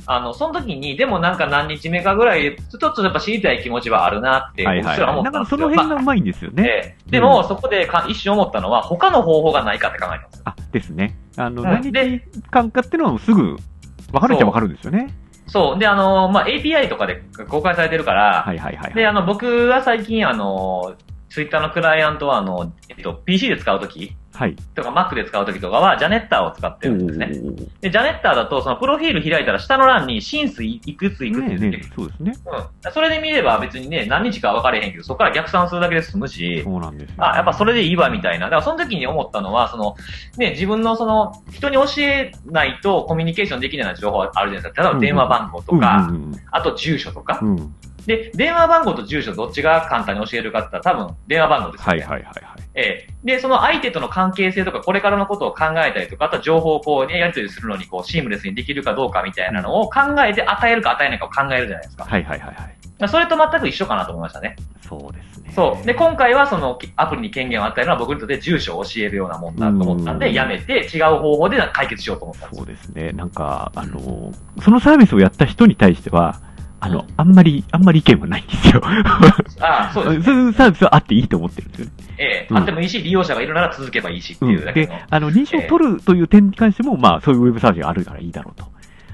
Speaker 2: あの、その時に、でもなんか何日目かぐらい、ちょっとやっぱ知りたい気持ちはあるなって、
Speaker 1: はい
Speaker 2: 僕
Speaker 1: はい。
Speaker 2: すら思っ
Speaker 1: だか
Speaker 2: たん
Speaker 1: ら
Speaker 2: で
Speaker 1: そ
Speaker 2: すよ。
Speaker 1: の辺がうまいんですよね。
Speaker 2: ええでも、そこでか一瞬思ったのは、他の方法がないかって考えたんですよ。
Speaker 1: あ、ですね。あの、
Speaker 2: うん
Speaker 1: 何日間かっていうのはもうすぐ、分かるっちゃ分かるんですよね。
Speaker 2: そう。で、あの、まあ、API とかで公開されてるから、
Speaker 1: はいはいはいはい。
Speaker 2: で、あの、僕は最近、あの、ツイッターのクライアントは、あの、えっと、PC で使うとき
Speaker 1: はい。
Speaker 2: とか Mac で使うときとかは、ジャネッターを使ってるんですね。
Speaker 1: おー
Speaker 2: で、ジャネッターだと、その、プロフィール開いたら、下の欄に、シンスいくついくつ
Speaker 1: ね
Speaker 2: っ
Speaker 1: え
Speaker 2: て、
Speaker 1: ねえ、そうですね。
Speaker 2: うん。それで見れば別にね、何日かは分かれへんけど、そこから逆算するだけで済むし、
Speaker 1: そうなんですよ、
Speaker 2: あ、やっぱそれでいいわ、みたいな。だから、その時に思ったのは、その、ね、自分のその、人に教えないとコミュニケーションできないような情報あるじゃないですか。例えば電話番号とか、
Speaker 1: うんうん
Speaker 2: あと住所とか。
Speaker 1: うん、うん。
Speaker 2: で、電話番号と住所どっちが簡単に教えるかって言ったら多分電話番号ですよ
Speaker 1: はい
Speaker 2: ね。
Speaker 1: はいはいはい。
Speaker 2: ええで、その相手との関係性とかこれからのことを考えたりとか、あとは情報をこうね、やり取りするのにこうシームレスにできるかどうかみたいなのを考えて与えるか与えないかを考えるじゃないですか。
Speaker 1: はいはいはいはい。
Speaker 2: それと全く一緒かなと思いましたね。
Speaker 1: そうですね。
Speaker 2: そう。で、今回はそのアプリに権限を与えるのは僕にとって住所を教えるようなもんだと思ったん
Speaker 1: う
Speaker 2: で、
Speaker 1: ん
Speaker 2: やめて違う方法で解決しようと思ったんです
Speaker 1: そ
Speaker 2: よ
Speaker 1: うですね。なんか、あの、そのサービスをやった人に対しては、あの、あんまり、あんまり意見はないんですよ。
Speaker 2: ああ、そ
Speaker 1: そううい
Speaker 2: で
Speaker 1: う
Speaker 2: すね。
Speaker 1: サービスはあっていいと思ってるんですよね。
Speaker 2: ええ
Speaker 1: うん
Speaker 2: あってもいいし、利用者がいるなら続けばいいしって
Speaker 1: う
Speaker 2: いうだ
Speaker 1: ん。
Speaker 2: け
Speaker 1: で
Speaker 2: の。、
Speaker 1: あの、認証を取るという点に関しても、まあ、そういうウェブサービスがあるからいいだろうと。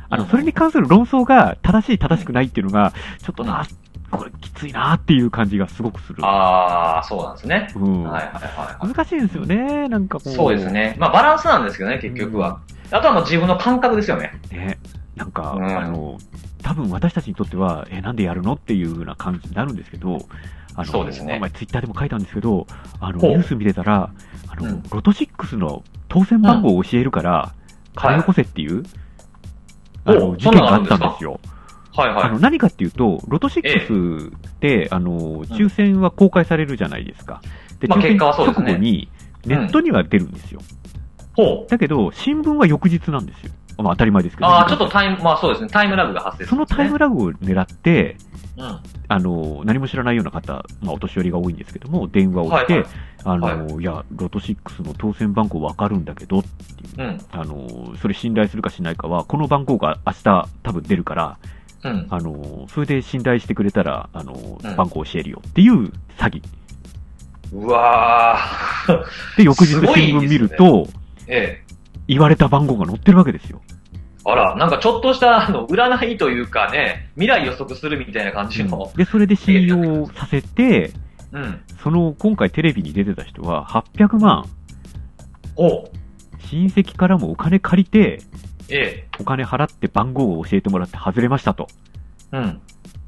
Speaker 1: あ
Speaker 2: う
Speaker 1: の、
Speaker 2: ん
Speaker 1: それに関する論争が正しい、正しくないっていうのが、ちょっとな、これきついなっていう感じがすごくする。
Speaker 2: ああ、そうなんですね。
Speaker 1: うん
Speaker 2: はいはいはいは
Speaker 1: 難しいですよね、なんかこ
Speaker 2: い。
Speaker 1: う。
Speaker 2: そうです。ね。まあバランスなんですけどね、結局は。あとはもう自分の感覚ですよね。
Speaker 1: ね。なんか、
Speaker 2: うん
Speaker 1: あの、多分私たちにとっては、え、なんでやるのっていう風な感じになるんですけど、あの、
Speaker 2: そうです
Speaker 1: こ
Speaker 2: ね
Speaker 1: の前ツイッターでも書いたんですけど、あの、
Speaker 2: ほう
Speaker 1: ニュース見てたら、あの、
Speaker 2: うん
Speaker 1: ロト6の当選番号を教えるから、金をこせっていう、
Speaker 2: はい
Speaker 1: あの、
Speaker 2: お
Speaker 1: 事件があったんですよ。
Speaker 2: はい
Speaker 1: あ
Speaker 2: は
Speaker 1: の、何かっていうと、ロト6って、あの、抽選は公開されるじゃないですか。で、
Speaker 2: まあ
Speaker 1: 抽選
Speaker 2: 結果はそう
Speaker 1: 直
Speaker 2: ですね
Speaker 1: 後に、ネットには出るんですよ。
Speaker 2: い。ほう。
Speaker 1: だけど、新聞は翌日なんですよ。まあ当たり前ですけど。
Speaker 2: ああ、ちょっとタイム、まあそうですね、タイムラグが発生す
Speaker 1: そ
Speaker 2: るん
Speaker 1: の
Speaker 2: ですね、
Speaker 1: タイムラグを狙って、
Speaker 2: うん。
Speaker 1: あの、何も知らないような方、まあ、お年寄りが多いんですけども、電話をして、
Speaker 2: はいはい
Speaker 1: あの、い、や、ロト6の当選番号わかるんだけど、
Speaker 2: うん。
Speaker 1: あの、それ信頼するかしないかは、この番号が明日多分出るから、
Speaker 2: うん。
Speaker 1: あの、それで信頼してくれたら、あの
Speaker 2: うん、
Speaker 1: 番号教えるよっていう詐欺。
Speaker 2: うわー
Speaker 1: で、翌日
Speaker 2: すごいです
Speaker 1: 新
Speaker 2: ね
Speaker 1: 聞見ると、
Speaker 2: ええ。
Speaker 1: 言われた番号が載ってるわけですよ。
Speaker 2: あら、なんかちょっとした、あの、占いというかね、未来予測するみたいな感じの。
Speaker 1: で、それで信用させて、
Speaker 2: うん。
Speaker 1: その、今回テレビに出てた人は、800万、
Speaker 2: おう。
Speaker 1: 親戚からもお金借りて、
Speaker 2: ええ。
Speaker 1: お金払って番号を教えてもらって外れましたと。
Speaker 2: うん。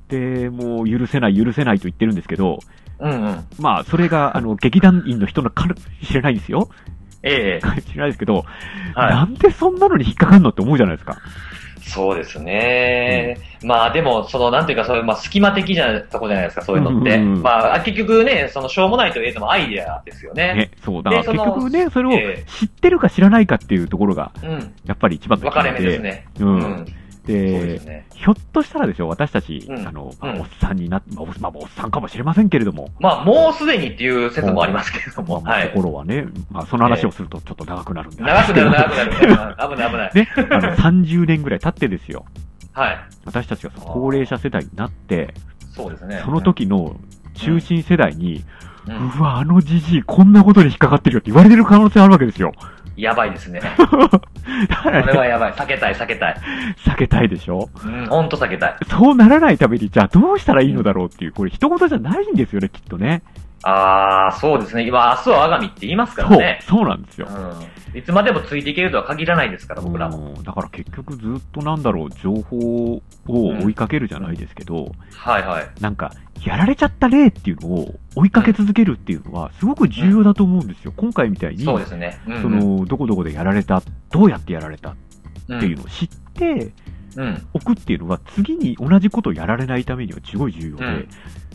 Speaker 1: で、もう許せない許せないと言ってるんですけど、
Speaker 2: うんうん。
Speaker 1: まあ、それ が、あの、劇団員の人のかもしれないんですよ。
Speaker 2: ええ。
Speaker 1: かもしれないですけど、
Speaker 2: は
Speaker 1: なんでそんなのに引っかかんのって思うじゃないですか。
Speaker 2: い。そうですね。まあでも、その、なんていうか、そういう、まあ、隙間的じゃ、とこじゃないですか、そういうのって。
Speaker 1: うんうんうん
Speaker 2: まあ、結局ね、その、しょうもないといえどもアイデアですよね。
Speaker 1: ね、そう。だから
Speaker 2: でそ
Speaker 1: 結
Speaker 2: の
Speaker 1: 局ね、それを
Speaker 2: え
Speaker 1: 知ってるか知らないかっていうところが、
Speaker 2: うん。
Speaker 1: やっぱり一番の
Speaker 2: 分
Speaker 1: キー
Speaker 2: かれ目ですね。
Speaker 1: う。
Speaker 2: うんん。そうで
Speaker 1: で、
Speaker 2: すね。
Speaker 1: ひょっとしたらですよ、私たち、
Speaker 2: うん
Speaker 1: あの、まあ
Speaker 2: うん
Speaker 1: おっさんになって、まあおっまあおっさんかもしれませんけれども、
Speaker 2: まあ、もうすでにっていう説もありますけれど
Speaker 1: まあ
Speaker 2: も、
Speaker 1: まあ
Speaker 2: はい。
Speaker 1: 心はね、まあその話をするとちょっと長くなるんで。
Speaker 2: 長くなる、長く なる。危ない、危ない。
Speaker 1: ね、あの、30年ぐらい経ってですよ。
Speaker 2: はい。
Speaker 1: 私たちがその高齢者世代になって、
Speaker 2: そうですね。
Speaker 1: その時の中心世代に、
Speaker 2: う、
Speaker 1: うんわ、あのじじい、こんなことに引っかかってるよって言われてる可能性あるわけですよ。
Speaker 2: やばいですね。
Speaker 1: だか
Speaker 2: これ
Speaker 1: ら、
Speaker 2: はやばい。避けたい、避けたい。
Speaker 1: 避けたいでしょ
Speaker 2: うん、ほんと避けたい。
Speaker 1: そうならないために、じゃあどうしたらいいのだろうっていう、これ一言じゃないんですよね、きっとね。
Speaker 2: あー、そうですね。今、明日は我が身って言いますか
Speaker 1: そ
Speaker 2: ら
Speaker 1: う
Speaker 2: ね、。
Speaker 1: そうなんですよ。
Speaker 2: うん。いつまでもついていけるとは限らないですから、僕らも。
Speaker 1: うんだから結局ずっとなんだろう、情報を追いかけるじゃないですけど、
Speaker 2: はいはい。
Speaker 1: なんか、やられちゃった例っていうのを追いかけ続けるっていうのは、すごく重要だと思うんですよ。今回みたいに、
Speaker 2: そうですね。うん、
Speaker 1: その、どこどこでやられた、どうやってやられたっ
Speaker 2: うん、
Speaker 1: ていうのを知って
Speaker 2: うん。
Speaker 1: おくっていうのは、次に同じことをやられないためにはすごい重要で、
Speaker 2: うんう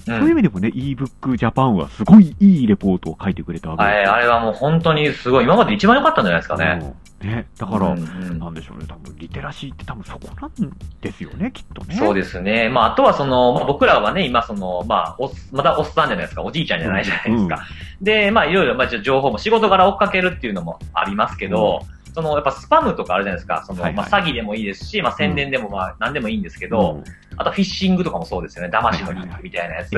Speaker 1: そういう意
Speaker 2: ん。
Speaker 1: 味でもね、ebook Japan はすごいいいレポートを書いてくれたわけ
Speaker 2: あ
Speaker 1: です
Speaker 2: れ
Speaker 1: よ。
Speaker 2: あれはもう本当にすごい。今まで一番良かったんじゃないですかね。
Speaker 1: うんねだから、
Speaker 2: うんうん
Speaker 1: なんでしょうね、多分リテラシーって多分そこなんですよね、きっとね。
Speaker 2: そう
Speaker 1: で
Speaker 2: ですね。まあ、あとはその、まあ、僕らはね、今その、まあ、おっ、まだおっさんじゃないですか、おじいちゃんじゃないじゃないですか。で、まあ、いろいろ、まあ、じゃあ情報も仕事から追っかけるっていうのもありますけど、その、やっぱスパムとかあるじゃないですか、その、
Speaker 1: はいはい
Speaker 2: まあ、詐欺でもいいですし、まあ、宣伝でもまあ、何でもいいんですけ
Speaker 1: け
Speaker 2: ど、、あとフィッシングとかもそうですよね、騙しのリンクみたいなやつ。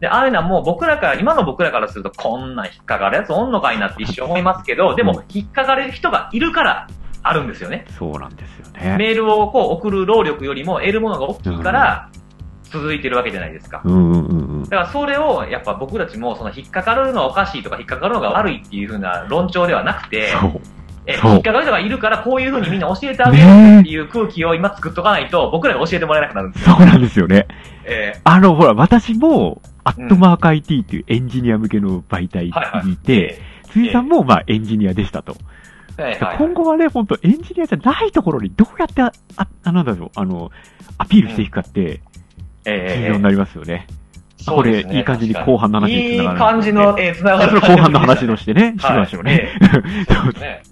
Speaker 2: で、ああいうのはもう僕らから、今の僕らからすると、こんなん引っかかるやつおんのかいなって一瞬思いますけど、でも、引っかかれる人がいるから、あるんですよね。
Speaker 1: そうなんですよね。
Speaker 2: メールをこう送る労力よりも得るものが大きいから続いてるわけじゃないですか。
Speaker 1: うんうんうんうん。
Speaker 2: だからそれをやっぱ僕たちもその引っかかるのはおかしいとか引っかかるのが悪いっていう風な論調ではなくて、
Speaker 1: そう。
Speaker 2: え
Speaker 1: そう
Speaker 2: 引っかかる人がいるからこういう風にみんな教えてあげようっ
Speaker 1: ね
Speaker 2: ていう空気を今作っとかないと僕らが教えてもらえなくなるんで
Speaker 1: え。
Speaker 2: す
Speaker 1: そ
Speaker 2: よ
Speaker 1: う。なんですよね。
Speaker 2: え
Speaker 1: あの、ほら、私も、アットマーク IT っていうエンジニア向けの媒体にい
Speaker 2: ー
Speaker 1: て、辻さんも、まあ、エンジニアでしたと。
Speaker 2: はいはい
Speaker 1: 今後はね、本当エンジニアじゃないところにどうやってあ、あ、あなんだろう、あの、アピールしていくかって、重
Speaker 2: え
Speaker 1: 要になりますよね。
Speaker 2: そうですね
Speaker 1: これいい感じに後半の話に繋がる
Speaker 2: いい感じの、えー、繋が
Speaker 1: それ
Speaker 2: る。
Speaker 1: 後半の話をしてね、しましょうね。
Speaker 2: はい。ええね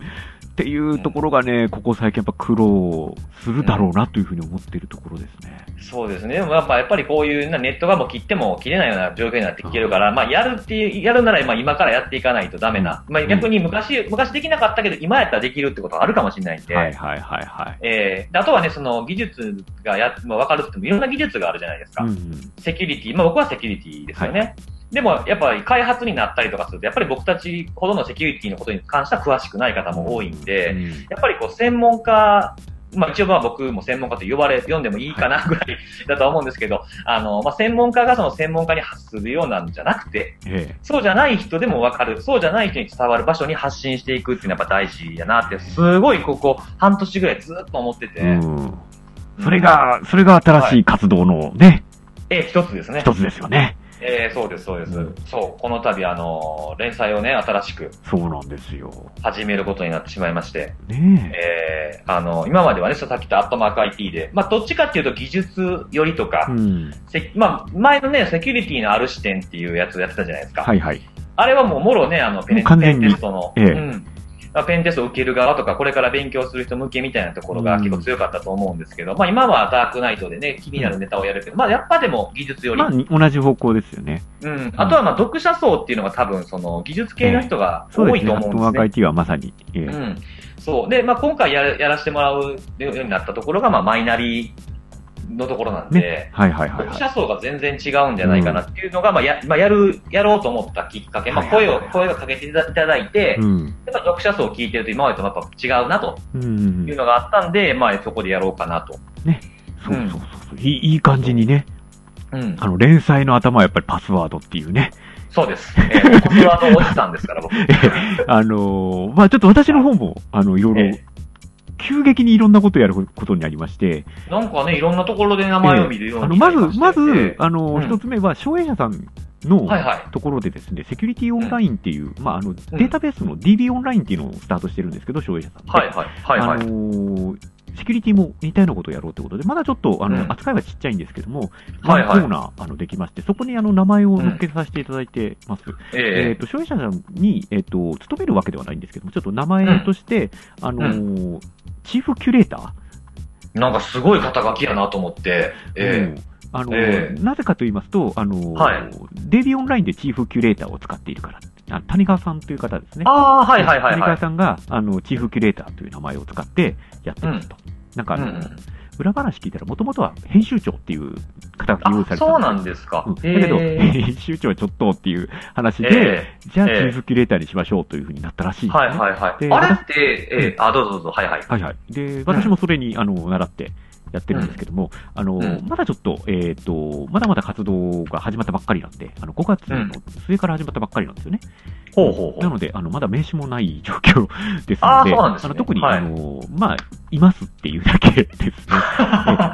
Speaker 1: っていうところがね、ここ最近やっぱ苦労するだろうなというふうに思ってるところですね。
Speaker 2: そうですね。でもやっぱ、やっぱりこういうなネットがもう切っても切れないような状況になってきてるから、まあやるっていう、やるならまあ今からやっていかないとダメな。まあ逆に昔、昔できなかったけど、今やったらできるってことはあるかもしれないんで。
Speaker 1: はいはいはいはい。
Speaker 2: えーであとはね、その技術がや、まあ、分かるって言ってもいろんな技術があるじゃないですか。
Speaker 1: うんうん。
Speaker 2: セキュリティ、まあ僕はセキュリティですよね。でも、やっぱり開発になったりとかすると、やっぱり僕たちほどのセキュリティのことに関しては詳しくない方も多いんで、
Speaker 1: うん
Speaker 2: やっぱりこう専門家まあ一応まあ僕も専門家と呼ばれ、読んでもいいかなぐらいだとは思うんですけど、あの、まあ専門家がその専門家に発するようなんじゃなくて、
Speaker 1: え
Speaker 2: そうじゃない人でもわかる、そうじゃない人に伝わる場所に発信していくっていうのはやっぱ大事やなって、すごいここ半年ぐらいずっと思ってて、
Speaker 1: え。うん。それ、が、それが新しい活動のね、
Speaker 2: えー、一つですね。
Speaker 1: 一つですよね。
Speaker 2: えー、そうです、そうです。
Speaker 1: うん
Speaker 2: そう、この度あの、連載をね、新しく
Speaker 1: そうなんですよ。
Speaker 2: 始めることになってしまいまして、
Speaker 1: ね
Speaker 2: えー、あの、今まではね、そうさっき言ったアットマーク IT で、まあ、どっちかっていうと技術よりと
Speaker 1: え。う
Speaker 2: か、
Speaker 1: ん。
Speaker 2: せまあ、前のね、セキュリティのある視点っていうやつをやってたじゃないですか。
Speaker 1: はいはい。
Speaker 2: あれはもう、もろね、あの、ペ
Speaker 1: も
Speaker 2: ン
Speaker 1: う完全に
Speaker 2: ペンテストの、
Speaker 1: ええ
Speaker 2: うんまあペンテストを受ける側とか、これから勉強する人向けみたいなところが結構強かったと思うんですけど、まあ今はダークナイトでね、気になるネタをやるけど、まあやっぱでも技術より、
Speaker 1: まあ、に同じ方向ですよね。
Speaker 2: うん。あとはまあ読者層っていうのが多分その技術系の人が
Speaker 1: そ
Speaker 2: 多
Speaker 1: うで
Speaker 2: い
Speaker 1: すね。
Speaker 2: と
Speaker 1: ア
Speaker 2: 思う
Speaker 1: ッ
Speaker 2: んです
Speaker 1: ト
Speaker 2: ね。
Speaker 1: ワーク IT はまさに。ええ
Speaker 2: うん、そう。で、まあ、今回やるやらせてもらうようになったところが、まあ、マイナビのところなんで、
Speaker 1: はいはいはい
Speaker 2: 読
Speaker 1: はい。
Speaker 2: 者層が全然違うんじゃないかなっていうのが、まあや、まあ、やる、やろうと思ったきっかけ、まあ、
Speaker 1: はいはい
Speaker 2: 声
Speaker 1: はい
Speaker 2: を、声をかけていただいて、
Speaker 1: うん。
Speaker 2: やっぱ読者層を聞いてると今までとやっぱ違うなと
Speaker 1: うんう。
Speaker 2: いうんのがあったんで、まあ、そこでやろうかなと。
Speaker 1: そうそうそうそう。いいいい感じにね、
Speaker 2: うん。
Speaker 1: あの、連載の頭はやっぱりパスワードっていうね。
Speaker 2: そうです。えー、これはあの、おじさんですか ら、僕。
Speaker 1: あのーまあちょっと私の方も、あの、いろいろ
Speaker 2: え、
Speaker 1: 急激にいろんなことをやることになりまして、
Speaker 2: なんかね、いろんなところで名前を見るよう
Speaker 1: あの、
Speaker 2: に
Speaker 1: ま
Speaker 2: なり
Speaker 1: ず、
Speaker 2: して
Speaker 1: ま
Speaker 2: え
Speaker 1: ず、
Speaker 2: ー
Speaker 1: あの
Speaker 2: う
Speaker 1: ー、
Speaker 2: ん
Speaker 1: 一つ目は、障害者さんの
Speaker 2: はいはい。
Speaker 1: ところでですね、セキュリティオンラインっていう、まああの、データベースの DB オンラインっていうのをスタートしてるんですけど、障害者さんって。
Speaker 2: はいはい。はいはい。
Speaker 1: あのーセキュリティも似たようなことをやろうということで、まだちょっとあの、
Speaker 2: うん
Speaker 1: 扱いはちっちゃいんですけども、
Speaker 2: はいは
Speaker 1: ワ
Speaker 2: い
Speaker 1: ンコーナーあのできまして、そこにあの名前を載っけさせていただいてます。
Speaker 2: え
Speaker 1: えっ
Speaker 2: え
Speaker 1: と消費者さんに、えっと勤めるわけではないんですけども、ちょっと名前として、あのーチーフキュレーター、
Speaker 2: なんかすごい肩書きやなと思って、え
Speaker 1: うんあのー
Speaker 2: え
Speaker 1: なぜかと言いますと、あのー
Speaker 2: はい
Speaker 1: デイリーオンラインでチーフキュレーターを使っているから、あ谷川さんという方ですね。
Speaker 2: ああ、はいはいはい
Speaker 1: 谷
Speaker 2: は
Speaker 1: 川
Speaker 2: い。
Speaker 1: さんがあのチーフキュレーターという名前を使ってやってますと。なんかあ
Speaker 2: うん
Speaker 1: の
Speaker 2: う
Speaker 1: ー、
Speaker 2: ん
Speaker 1: 裏話聞いたら、もともとは編集長っていう方が用意さ
Speaker 2: あ
Speaker 1: れて
Speaker 2: そうな
Speaker 1: で
Speaker 2: んですか。
Speaker 1: だけど、
Speaker 2: え
Speaker 1: 編集長はちょっとっていう話で、
Speaker 2: ええ
Speaker 1: じゃあチ
Speaker 2: ええ
Speaker 1: ーフキュレーターにしましょうというふうになったらしい
Speaker 2: え
Speaker 1: んですね、
Speaker 2: はいはいはい。
Speaker 1: で
Speaker 2: あれって、ええあ、どうぞどうぞ、はいはい。
Speaker 1: はいはい。で、私もそれに、あの、習ってやってるんですけども、あの、
Speaker 2: うん
Speaker 1: まだちょっと、えっ、と、まだまだ活動が始まったばっかりなんで、あの、5月の末から始まったばっかりなんですよね。
Speaker 2: ほうほう
Speaker 1: な
Speaker 2: ほ
Speaker 1: の
Speaker 2: う。
Speaker 1: で、あの、まだ名刺もない状況 ですの
Speaker 2: あー
Speaker 1: で、
Speaker 2: そうなんですね
Speaker 1: あの特に、
Speaker 2: はい
Speaker 1: あの、まあ、いますっていうだけ ですね。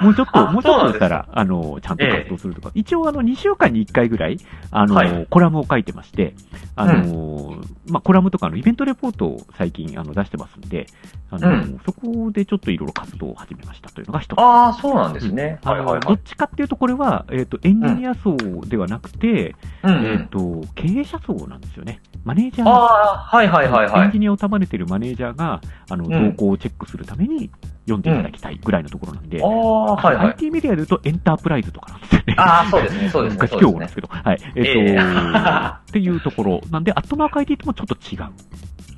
Speaker 1: えもうちょっと、
Speaker 2: あ
Speaker 1: もうちょっ
Speaker 2: そう
Speaker 1: と
Speaker 2: なん
Speaker 1: し
Speaker 2: です
Speaker 1: たら、あの、ちゃんと
Speaker 2: ええ
Speaker 1: 活動するとか、一応、あの、2週間に1回ぐらい、あの、
Speaker 2: はい
Speaker 1: コラムを書いてまして、あの、まあ、コラムとかのイベントレポートを最近、あの、出してますんで、あの、
Speaker 2: うん
Speaker 1: そこでちょっといろいろ活動を始めましたというのが一つ。
Speaker 2: ああ、そうなんですね。
Speaker 1: あ
Speaker 2: はい
Speaker 1: の
Speaker 2: はい
Speaker 1: ど
Speaker 2: は
Speaker 1: っ
Speaker 2: い。
Speaker 1: ちかっていうと、これは、えっ、と、エンジニア層ではなくて、
Speaker 2: うんう
Speaker 1: えっ、
Speaker 2: ん。
Speaker 1: と、経営者層なんですよね。マネージャー
Speaker 2: あ
Speaker 1: の
Speaker 2: あ、はいはいはいは
Speaker 1: エンジ
Speaker 2: い。
Speaker 1: ニアを束ねてるマネージャーが、あの、
Speaker 2: ん
Speaker 1: 動向をチェックするために読んでいただきたいぐらいのところなんで、
Speaker 2: ああ、はいはい。
Speaker 1: IT メディアで言うとエンタープライズとかなんですよね。
Speaker 2: ああ、そうですね、そうですね。
Speaker 1: 昔
Speaker 2: そう
Speaker 1: 用語なんで
Speaker 2: ですね
Speaker 1: すけど、はい。えっ、と、
Speaker 2: ええ
Speaker 1: っていうところなんで、アットマーク IT ともちょっと違うんで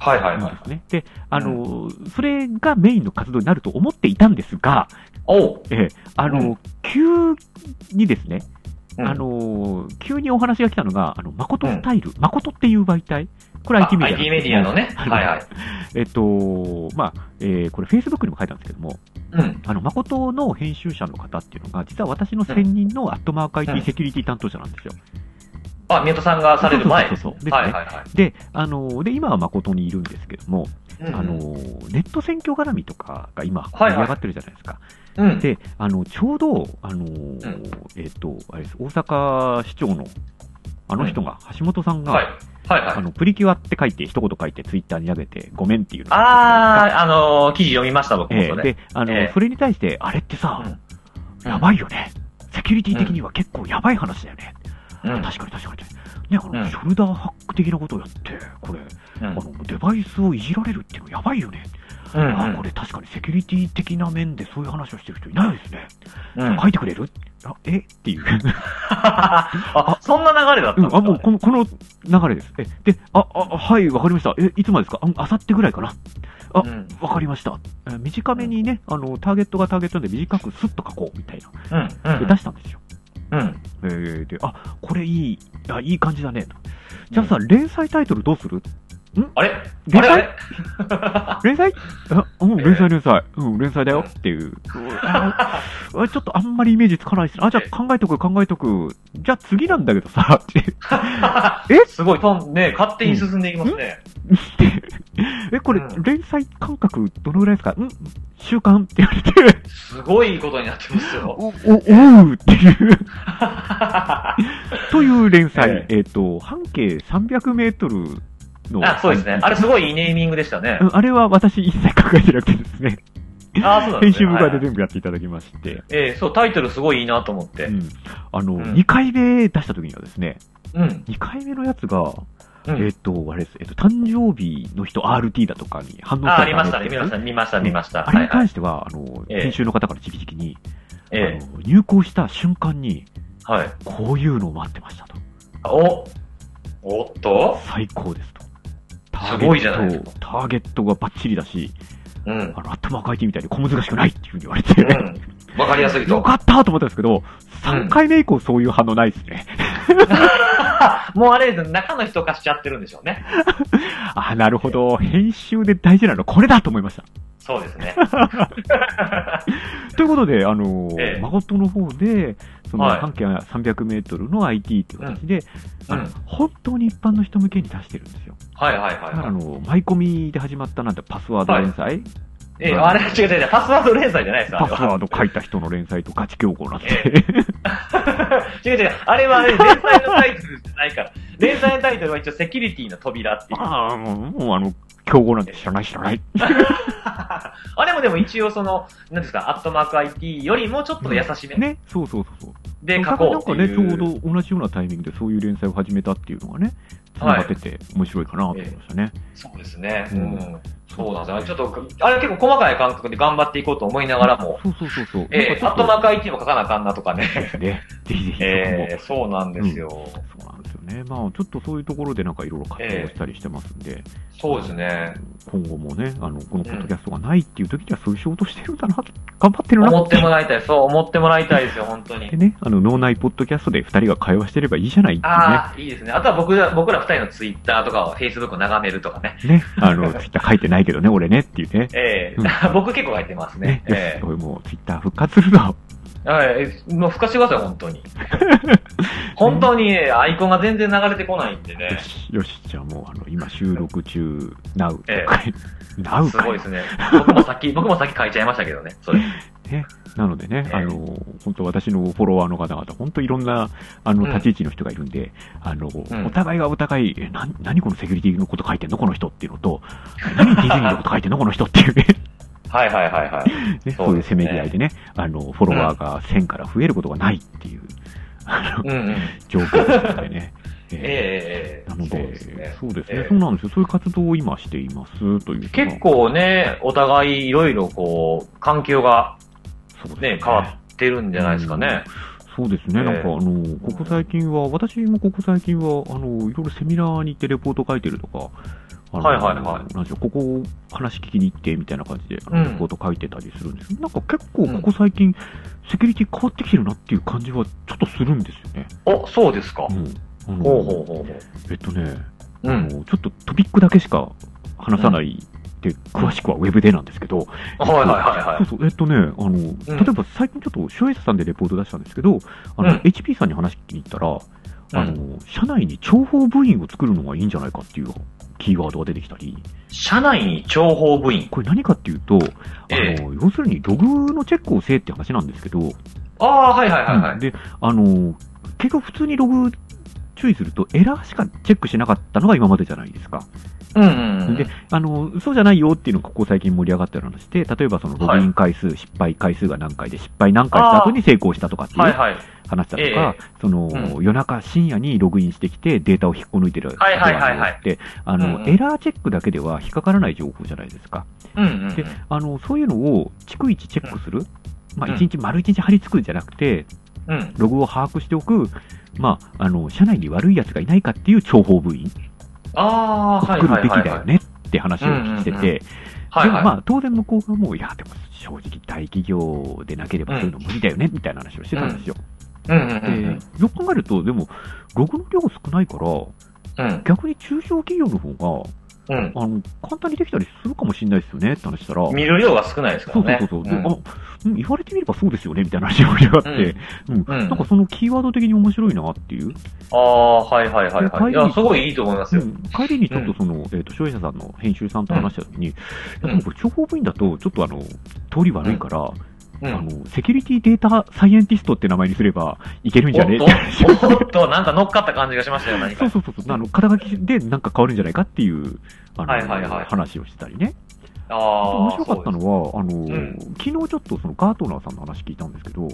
Speaker 2: はいはいはい。
Speaker 1: すね。で、あの、それがメインの活動になると思っていたんですが、
Speaker 2: おう。
Speaker 1: ええあの、
Speaker 2: うん
Speaker 1: 急にですね、
Speaker 2: うん
Speaker 1: あの、急にお話が来たのが、あの、誠スタイル、誠っていう媒体、これ
Speaker 2: あ
Speaker 1: IT メディアなんですけ
Speaker 2: IT
Speaker 1: ど。
Speaker 2: メディアのね。はいはい。
Speaker 1: えっと、まあ、えーこれ、Facebook にも書いたんですけども、
Speaker 2: うん。
Speaker 1: あの、誠の編集者の方っていうのが、実は私の専任のアットマーク IT セキュリティ担当者なんですよ。
Speaker 2: あ、宮田さんがされる前。
Speaker 1: そう
Speaker 2: は
Speaker 1: そうそうそうです
Speaker 2: い
Speaker 1: ね
Speaker 2: はいは
Speaker 1: で、あの、で、今は誠にいるんですけども、
Speaker 2: い。うん
Speaker 1: あの、ネット選挙絡みとかが今、
Speaker 2: は
Speaker 1: 盛
Speaker 2: いはい
Speaker 1: り上がってるじゃないですか。
Speaker 2: うん。
Speaker 1: で、あの、ちょうど、あの、
Speaker 2: ん
Speaker 1: えっと、あれです、大阪市長の、あの人が、橋本さんが、
Speaker 2: はい。はいはい
Speaker 1: あ。の、プリキュアって書いて、一言書いて、ツイッターに上げて、ごめんっていうの
Speaker 2: ああ、あのー記事読みました、僕も
Speaker 1: え
Speaker 2: そ
Speaker 1: え
Speaker 2: れ。
Speaker 1: で、あの、
Speaker 2: ええ
Speaker 1: それに対して、あれってさ、
Speaker 2: うん
Speaker 1: やばいよね。セキュリティ的には結構やばい話だよね。
Speaker 2: うん
Speaker 1: 確かに確かに。ね、あの、
Speaker 2: うん
Speaker 1: ショルダーハック的なことをやって、これ、
Speaker 2: うん
Speaker 1: あの、デバイスをいじられるっていうのやばいよね。
Speaker 2: うんうん
Speaker 1: あ、これ確かにセキュリティ的な面でそういう話をしてる人いないですね。
Speaker 2: うん
Speaker 1: 書いてくれるあ、えっていう。
Speaker 2: あ、そんな流れだった
Speaker 1: うん ん、あ、もう
Speaker 2: です
Speaker 1: この、この流れです。え、で、あ、あ、はい、わかりました。え、いつまでですかあ、あさってぐらいかな。
Speaker 2: かね
Speaker 1: わかりました。え短めにね、あの、ターゲットがターゲットなんで短くスッと書こう、みたいな。
Speaker 2: うん。うん。
Speaker 1: で、出したんですよ。
Speaker 2: うん。うん。
Speaker 1: えーで、あ、これいい、あ、いい感じだね、と。じゃあさ、連載タイトルどうする
Speaker 2: あれあ
Speaker 1: 連
Speaker 2: れ
Speaker 1: 載
Speaker 2: あれ
Speaker 1: 連載あ、うん、連載連載。うん、連載だよって いう。ああちょっとあんまりイメージつかないですね。あ、じゃあ考えとく、考えとく。じゃあ次なんだけどさ、 って。え
Speaker 2: すごい、トン、ね、勝手に進んでいきますね。
Speaker 1: え、これ
Speaker 2: う、ん
Speaker 1: 連載間隔どのぐらいですかん週刊って言われ て、
Speaker 2: すごいことになってますよ。
Speaker 1: お、お、おうっていう。
Speaker 2: あ、
Speaker 1: という連載
Speaker 2: え、
Speaker 1: えっ、と、半径300メートルの。
Speaker 2: そうですね。あれすごいいいネーミングでしたね
Speaker 1: う。んあれは私一切考えてなくてですね。
Speaker 2: あ、そうなんで
Speaker 1: 編
Speaker 2: す
Speaker 1: 集
Speaker 2: ね
Speaker 1: 部会で
Speaker 2: はい
Speaker 1: 全部やっていただきまして。
Speaker 2: ええそう、タイトルすごいいいなと思って。
Speaker 1: うん。あの、
Speaker 2: うん
Speaker 1: 2回目出した時にはですね、
Speaker 2: うん。
Speaker 1: 2回目のやつが、
Speaker 2: うん。
Speaker 1: えっ、と、あれです、えっ、と、誕生日の人 RT だとかに反応
Speaker 2: あ、あ
Speaker 1: さ
Speaker 2: り
Speaker 1: れ
Speaker 2: ま
Speaker 1: た
Speaker 2: した
Speaker 1: ん
Speaker 2: ね。
Speaker 1: です
Speaker 2: 見
Speaker 1: よ
Speaker 2: ました、見ました、見ました。
Speaker 1: あれ
Speaker 2: はい
Speaker 1: に
Speaker 2: はい。
Speaker 1: 関しては、あの、
Speaker 2: ええ
Speaker 1: 編集の方から直々に、
Speaker 2: え
Speaker 1: あの、入稿した瞬間に、
Speaker 2: えはい。
Speaker 1: こういうのを待ってましたと。
Speaker 2: おおっと
Speaker 1: 最高ですと。タ
Speaker 2: すごいじゃないです
Speaker 1: ターゲットがバッチリだし、
Speaker 2: うん。
Speaker 1: あの、頭赤いてみたいに小難しくないっていうふうに言われて、
Speaker 2: うん。わかりやすい
Speaker 1: よ
Speaker 2: と。
Speaker 1: かったと思ったんですけど、3回目以降そういう反応ないですね。
Speaker 2: もうあれですね、中の人化しちゃってるんでしょうね。
Speaker 1: あ、なるほど。編集で大事なのはこれだと思いました。
Speaker 2: そうで すね。
Speaker 1: ということで、あのー
Speaker 2: ええ
Speaker 1: 誠の方で、その
Speaker 2: はい
Speaker 1: 半径300メートルの IT という形で、
Speaker 2: うん
Speaker 1: あの本当に一般の人向けに出してるんですよ。
Speaker 2: はいはいはい
Speaker 1: だから、
Speaker 2: は
Speaker 1: あ
Speaker 2: い。
Speaker 1: の、舞い込みで始まったなんてパスワード連載、
Speaker 2: ええあれ違う違う違う、パスワード連載じゃないです、あ
Speaker 1: パ
Speaker 2: れ
Speaker 1: ス
Speaker 2: は。
Speaker 1: ワード書いた人の連載とガチ競合なんて、
Speaker 2: 違う違う、あれはあれ、連載のタイトルじゃないから。 連載のタイトルは一応、セキュリティの扉ってい う。
Speaker 1: ああ、もう、もうあの、競合なんて知らない知らない。
Speaker 2: あれもでも一応その、なんですか、アットマーク IT よりもちょっと優しめ
Speaker 1: ね、そうそうそうそう。
Speaker 2: で書
Speaker 1: だからなんか
Speaker 2: こうって
Speaker 1: ね、
Speaker 2: い
Speaker 1: ち
Speaker 2: う。
Speaker 1: ょうど同じようなタイミングでそういう連載を始めたっていうのがね、繋がってて面白いかなと思いましたね。
Speaker 2: そうですね。
Speaker 1: う
Speaker 2: うんん。そうなんですよ。ちょっと、あれ結構細かい感覚で頑張っていこうと思いながらも、
Speaker 1: そうそうそうそう。
Speaker 2: ええ
Speaker 1: な
Speaker 2: ア
Speaker 1: んか
Speaker 2: ット
Speaker 1: ちょ
Speaker 2: マ
Speaker 1: っ
Speaker 2: ーク IT も書かなあかんなとかね。
Speaker 1: とね、ぜひぜひそこも。
Speaker 2: ええそうなんですよ。
Speaker 1: そうなんですよね。まあ、ちょっとそういうところでなんかいろいろ活動したりしてますんで、
Speaker 2: そうですね。
Speaker 1: 今後もね、あの、このポッドキャストがないっていう時にはそういう仕事してるんだな、頑張ってるな
Speaker 2: 思ってもらいたい。そう、思ってもらいたいですよ、本当に
Speaker 1: で。ね、あの、脳内ポッドキャストで二人が会話してればいいじゃないっていう
Speaker 2: ああ、いいですね。あとは僕ら、僕ら二人のツイッターとかを、フェイスブックを眺めるとかね。
Speaker 1: ね。ね、あの、ツイッター書いてないけどね、俺ねっていうね。
Speaker 2: ええ
Speaker 1: う
Speaker 2: 僕結構書いてますね
Speaker 1: ね。、よし
Speaker 2: え、え
Speaker 1: 俺もうツイッター復活するぞ。
Speaker 2: はい、えもう、ふかしてください、本当 に。本当にね、アイコンが全然流れてこないんで
Speaker 1: よ
Speaker 2: ね。
Speaker 1: し、よし、じゃあもう、あの、今収録中、なう
Speaker 2: ええ
Speaker 1: かい、なう
Speaker 2: す
Speaker 1: か
Speaker 2: ごい
Speaker 1: い
Speaker 2: ですね。僕もさっき、 僕もさっき書いちゃいましたけどね、それ。
Speaker 1: なのでね、
Speaker 2: ええ
Speaker 1: あの、本当私のフォロワーの方々、本当いろんな、あの、
Speaker 2: うん
Speaker 1: 立ち位置の人がいるんで、あの、
Speaker 2: ん
Speaker 1: お互いがお互い、え、な、何このセキュリティのこと書いてんのこの人っていうのと、何ディズニーのこと書いてんのこの人 っていうね、
Speaker 2: はいはいはいはい。
Speaker 1: ねそ
Speaker 2: そうう
Speaker 1: いう
Speaker 2: です
Speaker 1: せ
Speaker 2: ね
Speaker 1: めぎ合いでね、あの、フォロワーが1000から増えることがないっていう、あの、
Speaker 2: うんうん。
Speaker 1: 状況なのでね。
Speaker 2: え
Speaker 1: え
Speaker 2: えええええ
Speaker 1: なの
Speaker 2: そう
Speaker 1: で、
Speaker 2: ですね。
Speaker 1: そうです
Speaker 2: え
Speaker 1: ね
Speaker 2: え。
Speaker 1: そうなんですよ。そういう活動を今していますという。
Speaker 2: 結構ね、お互いいろいろこう、環境が
Speaker 1: そうです
Speaker 2: ね、変わってるんじゃないですかね。
Speaker 1: そうですね、
Speaker 2: ええ
Speaker 1: なんかあの、ここ最近は、私もここ最近は、あの、いろいろセミナーに行ってレポート書いてるとか、あの
Speaker 2: はいはいはい
Speaker 1: なんでしょう、ここ話聞きに行ってみたいな感じで、あ
Speaker 2: う
Speaker 1: の
Speaker 2: ん
Speaker 1: レポート書いてたりするんですけど、なんか結構ここ最近、セキュリティ変わってきてるなっていう感じはちょっとするんですよね。
Speaker 2: お、そうですか。
Speaker 1: うん。あの
Speaker 2: ほうほうほうほ
Speaker 1: えっとね、
Speaker 2: う。う
Speaker 1: あの。
Speaker 2: ん
Speaker 1: ちょっとトピックだけしか話さないで、詳しくはウェブでなんですけど、
Speaker 2: はいはいはいはい。
Speaker 1: そうそう、えっとね、あの、例えば最近ちょっと、シュエイさんでレポート出したんですけど、あの、
Speaker 2: うん
Speaker 1: HP さんに話聞きに行ったら、あの、社内に諜報部員を作るのがいいんじゃないかっていうキーワードが出てきたり、
Speaker 2: 社内に諜報部員。
Speaker 1: これ何かっていうと、あの、
Speaker 2: え
Speaker 1: 要するにログのチェックをせえって話なんですけど、
Speaker 2: ああ、はいはいはいは
Speaker 1: うん
Speaker 2: い。
Speaker 1: で、あの、結局普通にログ注意するとエラーしかチェックしなかったのが今までじゃないですか。
Speaker 2: うんうんうん。
Speaker 1: で、あの、そうじゃないよっていうのがここ最近盛り上がったような話で、例えばそのログイン回数、失敗回数が何回で、失敗何回した後に成功したとかっていう
Speaker 2: はいはい。
Speaker 1: 話だとか、
Speaker 2: ええ
Speaker 1: その、
Speaker 2: う
Speaker 1: 夜中深夜にログインしてきてデータを引っこ抜いてるって
Speaker 2: はいはいはいはい
Speaker 1: って、あの、
Speaker 2: うんうん
Speaker 1: エラーチェックだけでは引っかからない情報じゃないですか。
Speaker 2: うんうんうん。
Speaker 1: であの、そういうのを逐一チェックする。まあ、
Speaker 2: うん
Speaker 1: 一日丸一日張り付くんじゃなくて、
Speaker 2: うん。
Speaker 1: ログを把握しておく、まあ、あの、社内に悪い奴がいないかっていう諜報部員、
Speaker 2: ああ、はい
Speaker 1: 作る
Speaker 2: はい
Speaker 1: べき
Speaker 2: はい
Speaker 1: だ
Speaker 2: は
Speaker 1: よ
Speaker 2: い。
Speaker 1: ねって話を聞いて
Speaker 2: うんうんうん
Speaker 1: て、
Speaker 2: はい
Speaker 1: でも
Speaker 2: はい。
Speaker 1: まあ、当然向こうがもう、いや、でも正直大企業でなければそういうの無理だよね、みたいな話をしてたんですよ。
Speaker 2: うんうんう
Speaker 1: で、よ
Speaker 2: ん
Speaker 1: く考えると、でも、ログの量少ないから、
Speaker 2: うん。うん。
Speaker 1: 逆に中小企業の方が、
Speaker 2: うん。
Speaker 1: あの、簡単にできたりするかもしれないですよねって話したら、
Speaker 2: 見る量が少ないですか
Speaker 1: そう
Speaker 2: ら
Speaker 1: そうそうそ
Speaker 2: ね。
Speaker 1: う、で
Speaker 2: ん
Speaker 1: あ、うん、言われてみればそうですよねみたいな話が盛り上がって、うん、
Speaker 2: うん
Speaker 1: なんかそのキーワード的に面白いなっていう。
Speaker 2: ああ、はいはいはい
Speaker 1: で帰り
Speaker 2: はい。
Speaker 1: に
Speaker 2: いや、すごいいいと思います
Speaker 1: う
Speaker 2: よ。
Speaker 1: ん、帰りにちょっとその、えっ、と、消費者さんの編集さんと話した時に、いやでもこれ、情報部員だと、ちょっとあの、通り悪いから、
Speaker 2: う
Speaker 1: あ
Speaker 2: ん。
Speaker 1: の、セキュリティデータサイエンティストって名前にすればいけるんじ
Speaker 2: お
Speaker 1: ゃねっ
Speaker 2: っ
Speaker 1: て
Speaker 2: と
Speaker 1: 話を
Speaker 2: おっと、なんか乗っかった感じがしましたよ、何
Speaker 1: そ
Speaker 2: か
Speaker 1: う。そうそうそう、あの、肩書きでなんか変わるんじゃないかっていう、あの、
Speaker 2: はいはいはい
Speaker 1: 話をしてたりね。面
Speaker 2: ああ、
Speaker 1: 白かった
Speaker 2: そうです
Speaker 1: のは、あの、
Speaker 2: ん
Speaker 1: 昨日ちょっとそのガートナーさんの話聞いたんですけど、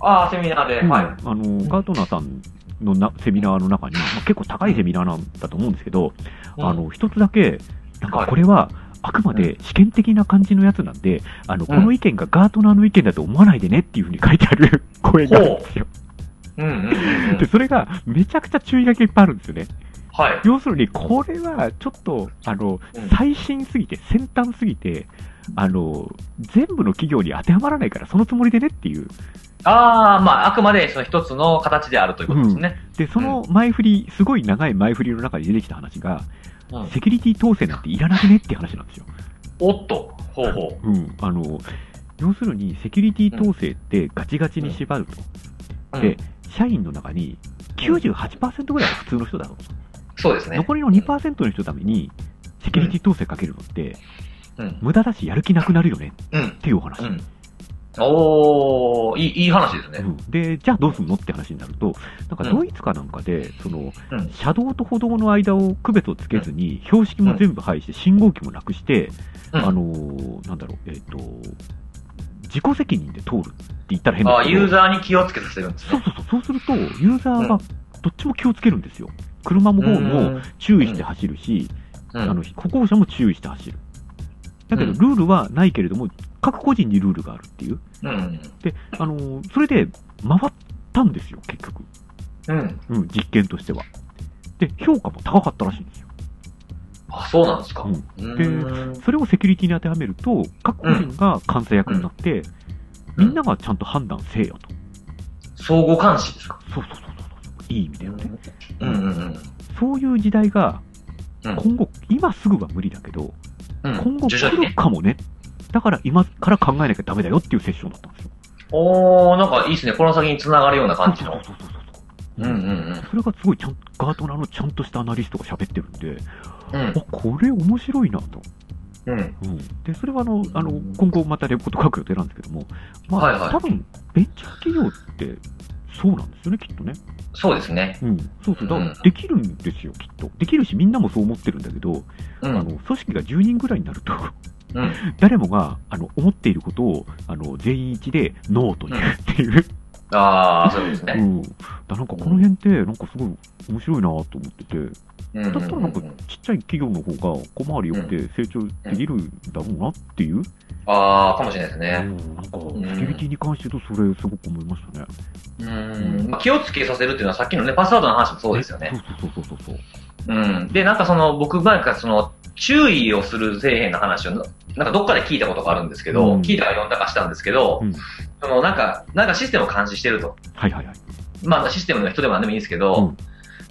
Speaker 2: ああ、セミナーで。はい。
Speaker 1: あの、ガートナーさんのなセミナーの中に、まあ結構高いセミナーなんだと思うんですけど、
Speaker 2: うん
Speaker 1: あ、の、一つだけ、なん
Speaker 2: は
Speaker 1: か
Speaker 2: い
Speaker 1: これは、あくまで試験的な感じのやつなんで、あの、この意見がガートナーの意見だと思わないでねっていうふうに書いてある 声があるんですよ。
Speaker 2: うんうんうんうん
Speaker 1: で、。それがめちゃくちゃ注意書きがいっぱいあるんですよね。
Speaker 2: はい。
Speaker 1: 要するに、これはちょっと、あの、
Speaker 2: うん
Speaker 1: 最新すぎて、先端すぎて、あの、全部の企業に当てはまらないから、そのつもりでねっていう。
Speaker 2: ああ、まあ、あくまでその一つの形であるということですね。
Speaker 1: で、その前振り、すごい長い前振りの中に出てきた話が、
Speaker 2: うん
Speaker 1: セキュリティ統制なんていらなくねっていう話なんですよ。
Speaker 2: おっと、ほうほう。
Speaker 1: うん。あの、要するに、セキュリティ統制ってガチガチに縛ると。
Speaker 2: うん
Speaker 1: で、社員の中に98%ぐらいが普通の人だろう。
Speaker 2: そうですね。
Speaker 1: 残りの2%の人のために、セキュリティ統制かけるのって、
Speaker 2: うん。
Speaker 1: 無駄だしやる気なくなるよね
Speaker 2: うん。
Speaker 1: っていうお話。
Speaker 2: うん。おー、いい、いい話です
Speaker 1: う
Speaker 2: ね。
Speaker 1: んで、じゃあどうすんのって話になると、なんか
Speaker 2: うん
Speaker 1: ドイツかなんかで、その
Speaker 2: うん、
Speaker 1: 車道と歩道の間を区別をつけずに、標識も全部廃して、信号機もなくして、
Speaker 2: うん
Speaker 1: あのー、なんだろう、えっと、自己責任で通るって言ったら変
Speaker 2: あ
Speaker 1: だ
Speaker 2: あ、
Speaker 1: け
Speaker 2: ユー
Speaker 1: ど、
Speaker 2: ザーに気をつけさせるんです
Speaker 1: そう
Speaker 2: ね。
Speaker 1: そうそう、そうすると、ユーザーが
Speaker 2: うん
Speaker 1: どっちも気をつけるんですよ。車も方も注意して走るし、
Speaker 2: う
Speaker 1: あ
Speaker 2: ん。
Speaker 1: の歩行者も注意して走る。だけど、
Speaker 2: うん
Speaker 1: ルールはないけれども、各個人にルールがあるっていう。
Speaker 2: うん。
Speaker 1: で、あのーそれで回ったんですよ、結局。
Speaker 2: うん。
Speaker 1: うん、実験としては。で、評価も高かったらしいんですよ。
Speaker 2: あ、そうなんですか。
Speaker 1: う
Speaker 2: うんん。
Speaker 1: それをセキュリティに当てはめると、各個人が監査役になって、みんながちゃんと判断せえよと。
Speaker 2: 相互監視ですか。
Speaker 1: そうそうそうそう。いい意味だよね。
Speaker 2: うんうんうん。
Speaker 1: そういう時代が、
Speaker 2: うん
Speaker 1: 今後、今すぐは無理だけど、
Speaker 2: うん
Speaker 1: 今後
Speaker 2: 徐々
Speaker 1: 来
Speaker 2: に
Speaker 1: る
Speaker 2: ね。
Speaker 1: かもね。だから今から考えなきゃダメだよっていうセッションだったんですよ。
Speaker 2: おー、なんかいいですね。この先に繋がるような感じ
Speaker 1: そう
Speaker 2: の。
Speaker 1: そうそうそう
Speaker 2: うん
Speaker 1: そう。
Speaker 2: うんうん。
Speaker 1: それがすごいちゃん、ガートナーのちゃんとしたアナリストが喋ってるんで、
Speaker 2: うん
Speaker 1: あ、。これ面白いなと。
Speaker 2: うん。
Speaker 1: うん、でそれはあのあの
Speaker 2: うん
Speaker 1: 今後またレポート書く予定なんですけども、まあ
Speaker 2: はいはい
Speaker 1: 多分ベンチャー企業ってそうなんですよね、きっとね。
Speaker 2: そうですね。
Speaker 1: うん、そうそう、だから
Speaker 2: うん
Speaker 1: できるんですよ、きっと。できるし、みんなもそう思ってるんだけど、
Speaker 2: う
Speaker 1: あ
Speaker 2: ん。
Speaker 1: の組織が10人ぐらいになると、
Speaker 2: うん。
Speaker 1: 誰もがあの思っていることをあの全員一致でノーと言うっていう、
Speaker 2: ああ、そうです
Speaker 1: う
Speaker 2: ね。
Speaker 1: ん、だからなんかこの辺って、なんかすごい面白いなと思ってて、
Speaker 2: うんう
Speaker 1: だ
Speaker 2: ん
Speaker 1: ったらなんか
Speaker 2: うんうん
Speaker 1: ちっちゃい企業の方が小回りよくて成長できるんだろうなっていう。
Speaker 2: ああ、かもしれないです
Speaker 1: う
Speaker 2: ね。
Speaker 1: んなんか、
Speaker 2: ん
Speaker 1: セキュリティに関して言うと、それ、すごく思いましたね。
Speaker 2: うん。まあ気をつけさせるっていうのはさっきのね、パスワードの話もそうですよね。
Speaker 1: そうそうそうそうそう。
Speaker 2: うん。で、なんかその、僕なんかその、注意をする底辺の話を、ななんかどっかで聞いたことがあるんですけど、
Speaker 1: うん
Speaker 2: 聞いたか読んだかしたんですけど、
Speaker 1: うん
Speaker 2: そのなんか、なんかシステムを監視してると。
Speaker 1: はいはいはい。
Speaker 2: まあシステムの人でも何でもいいんですけど、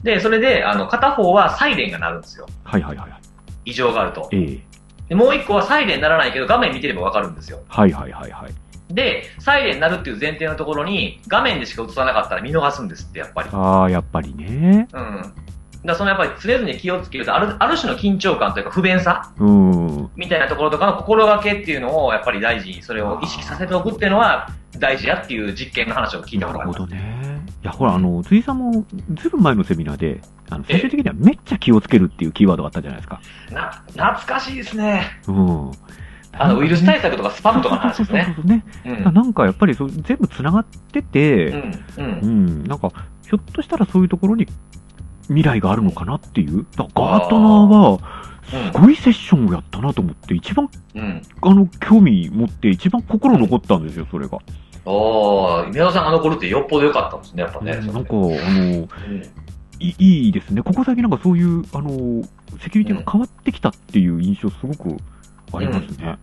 Speaker 2: で、それで、あの、片方はサイレンが鳴るんですよ。
Speaker 1: はいはいはいはい。
Speaker 2: 異常があると。
Speaker 1: ええ
Speaker 2: でもう一個はサイレン鳴らないけど、画面見てればわかるんですよ。
Speaker 1: はいはいはいはい。
Speaker 2: で、サイレン鳴るっていう前提のところに、画面でしか映さなかったら見逃すんですって、やっぱり。
Speaker 1: ああ、やっぱりね。
Speaker 2: うん。だからそのやっぱり常々気をつけると、ある、ある種の緊張感というか不便さ
Speaker 1: うーん。
Speaker 2: みたいなところとかの心がけっていうのをやっぱり大事に、それを意識させておくっていうのは大事やっていう実験の話を聞いた
Speaker 1: な
Speaker 2: ことがあ
Speaker 1: る
Speaker 2: り
Speaker 1: ほ
Speaker 2: ます。
Speaker 1: どね。いや、ほら、あの、辻さんも、ずいぶん前のセミナーで、あの、最終的にはめっちゃ気をつけるっていうキーワードがあったじゃないですか。
Speaker 2: な、懐かしいですね。
Speaker 1: うん。
Speaker 2: あの、ウイルス対策とかスパムとかの話
Speaker 1: そ
Speaker 2: で
Speaker 1: う
Speaker 2: す
Speaker 1: そうそう
Speaker 2: ね。
Speaker 1: そうね。だか
Speaker 2: う
Speaker 1: ら
Speaker 2: ん。
Speaker 1: なんかやっぱりそう全部繋がって
Speaker 2: う
Speaker 1: て、
Speaker 2: ん。う。
Speaker 1: うんん、なんか、ひょっとしたらそういうところに未来があるのかなっていう。だからガートナーは、すごいセッションをやったなと思って、一番
Speaker 2: うん。
Speaker 1: あの興味持って、一番心残ったんですよ、それが。
Speaker 2: おー、宮田さんが残るってよっぽど良かったんですね、やっぱね。
Speaker 1: うん
Speaker 2: それ
Speaker 1: なん
Speaker 2: ね
Speaker 1: か、あの
Speaker 2: うん
Speaker 1: い、いいですね、ここ最近なんかそういうあのセキュリティが変わってきたっていう印象、すごくありますね。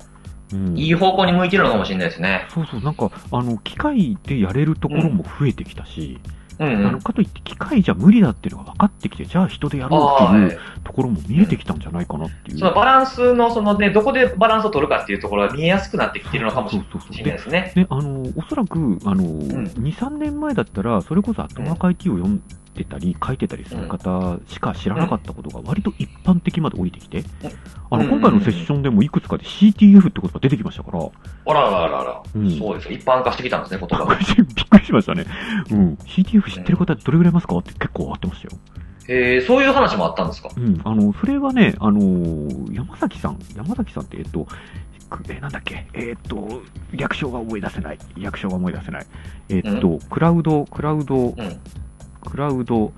Speaker 1: うん
Speaker 2: いい方向に向いてるのかもしれないですね。
Speaker 1: そうそう、なんかあの機械でやれるところも増えてきたし、
Speaker 2: うんう
Speaker 1: あの
Speaker 2: ん。
Speaker 1: かといって機械じゃ無理だっていうのが分かってきて、じゃあ人でやろうって
Speaker 2: ー
Speaker 1: い
Speaker 2: は
Speaker 1: うところも見えてきたんじゃないかなっていう。
Speaker 2: そのバランスの、そのね、どこでバランスを取るかっていうところが見えやすくなってきてるのかもし
Speaker 1: そう
Speaker 2: れ
Speaker 1: そうそう
Speaker 2: ないですね。
Speaker 1: で、あの、おそらく、あの、2、3年前だったら、それこそ頭書きを読んでたり、書いてたりする方しか知らなかったことが、割と一般的まで降りてきて、あの、
Speaker 2: うん
Speaker 1: 今回のセッションでもいくつかで CTF ってことが出てきましたから、
Speaker 2: あらあらあらあら。
Speaker 1: うん。
Speaker 2: そうですよ。一般化してきたんですね、言葉
Speaker 1: び
Speaker 2: が。
Speaker 1: っくりしましたね。うん。CTF 知ってる方どれぐらいいますかって結構あってましたよ。
Speaker 2: えー、そういう話もあったんですか
Speaker 1: うん。あの、それはね、あのー山崎さん、山崎さんって、えっと、くえーなんだっけ、えーっと、略称が思い出せない。略称が思い出せない。えーっと、クラウド、クラウド、
Speaker 2: うん。
Speaker 1: クラウド、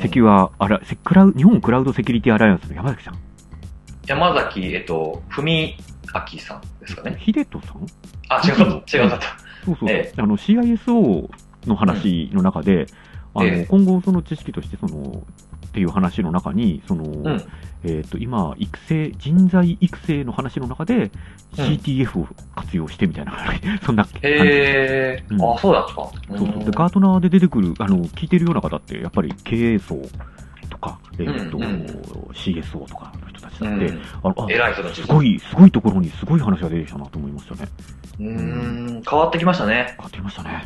Speaker 1: セキュア、あら、セクラウ、日本クラウドセキュリティアライアンスの山崎さん。
Speaker 2: 山崎、えっと、文明さんですかね。
Speaker 1: ヒデトさん
Speaker 2: あ、違うかった。違うかった。
Speaker 1: そうそう、
Speaker 2: え
Speaker 1: あの CISO の話の中で、あの
Speaker 2: ええ
Speaker 1: 今後、その知識としてそのっていう話の中に、その
Speaker 2: ん
Speaker 1: えー、と今育成、人材育成の話の中で、
Speaker 2: うん
Speaker 1: CTF を活用してみたいな、 そんな感じ
Speaker 2: へー。
Speaker 1: うん
Speaker 2: あ、そうだった。
Speaker 1: そうそうで
Speaker 2: ん
Speaker 1: ガートナーで出てくる、あの聞いてるような方って、やっぱり経営層とか、えーと
Speaker 2: うんうん
Speaker 1: CSO とかの人たち
Speaker 2: う
Speaker 1: なんで、
Speaker 2: ん。
Speaker 1: あのあ
Speaker 2: 偉い人たち
Speaker 1: すごい、すごいところにすごい話が出てきたなと思いましたね。
Speaker 2: うーん、変わってきましたね。
Speaker 1: 変わってきましたね。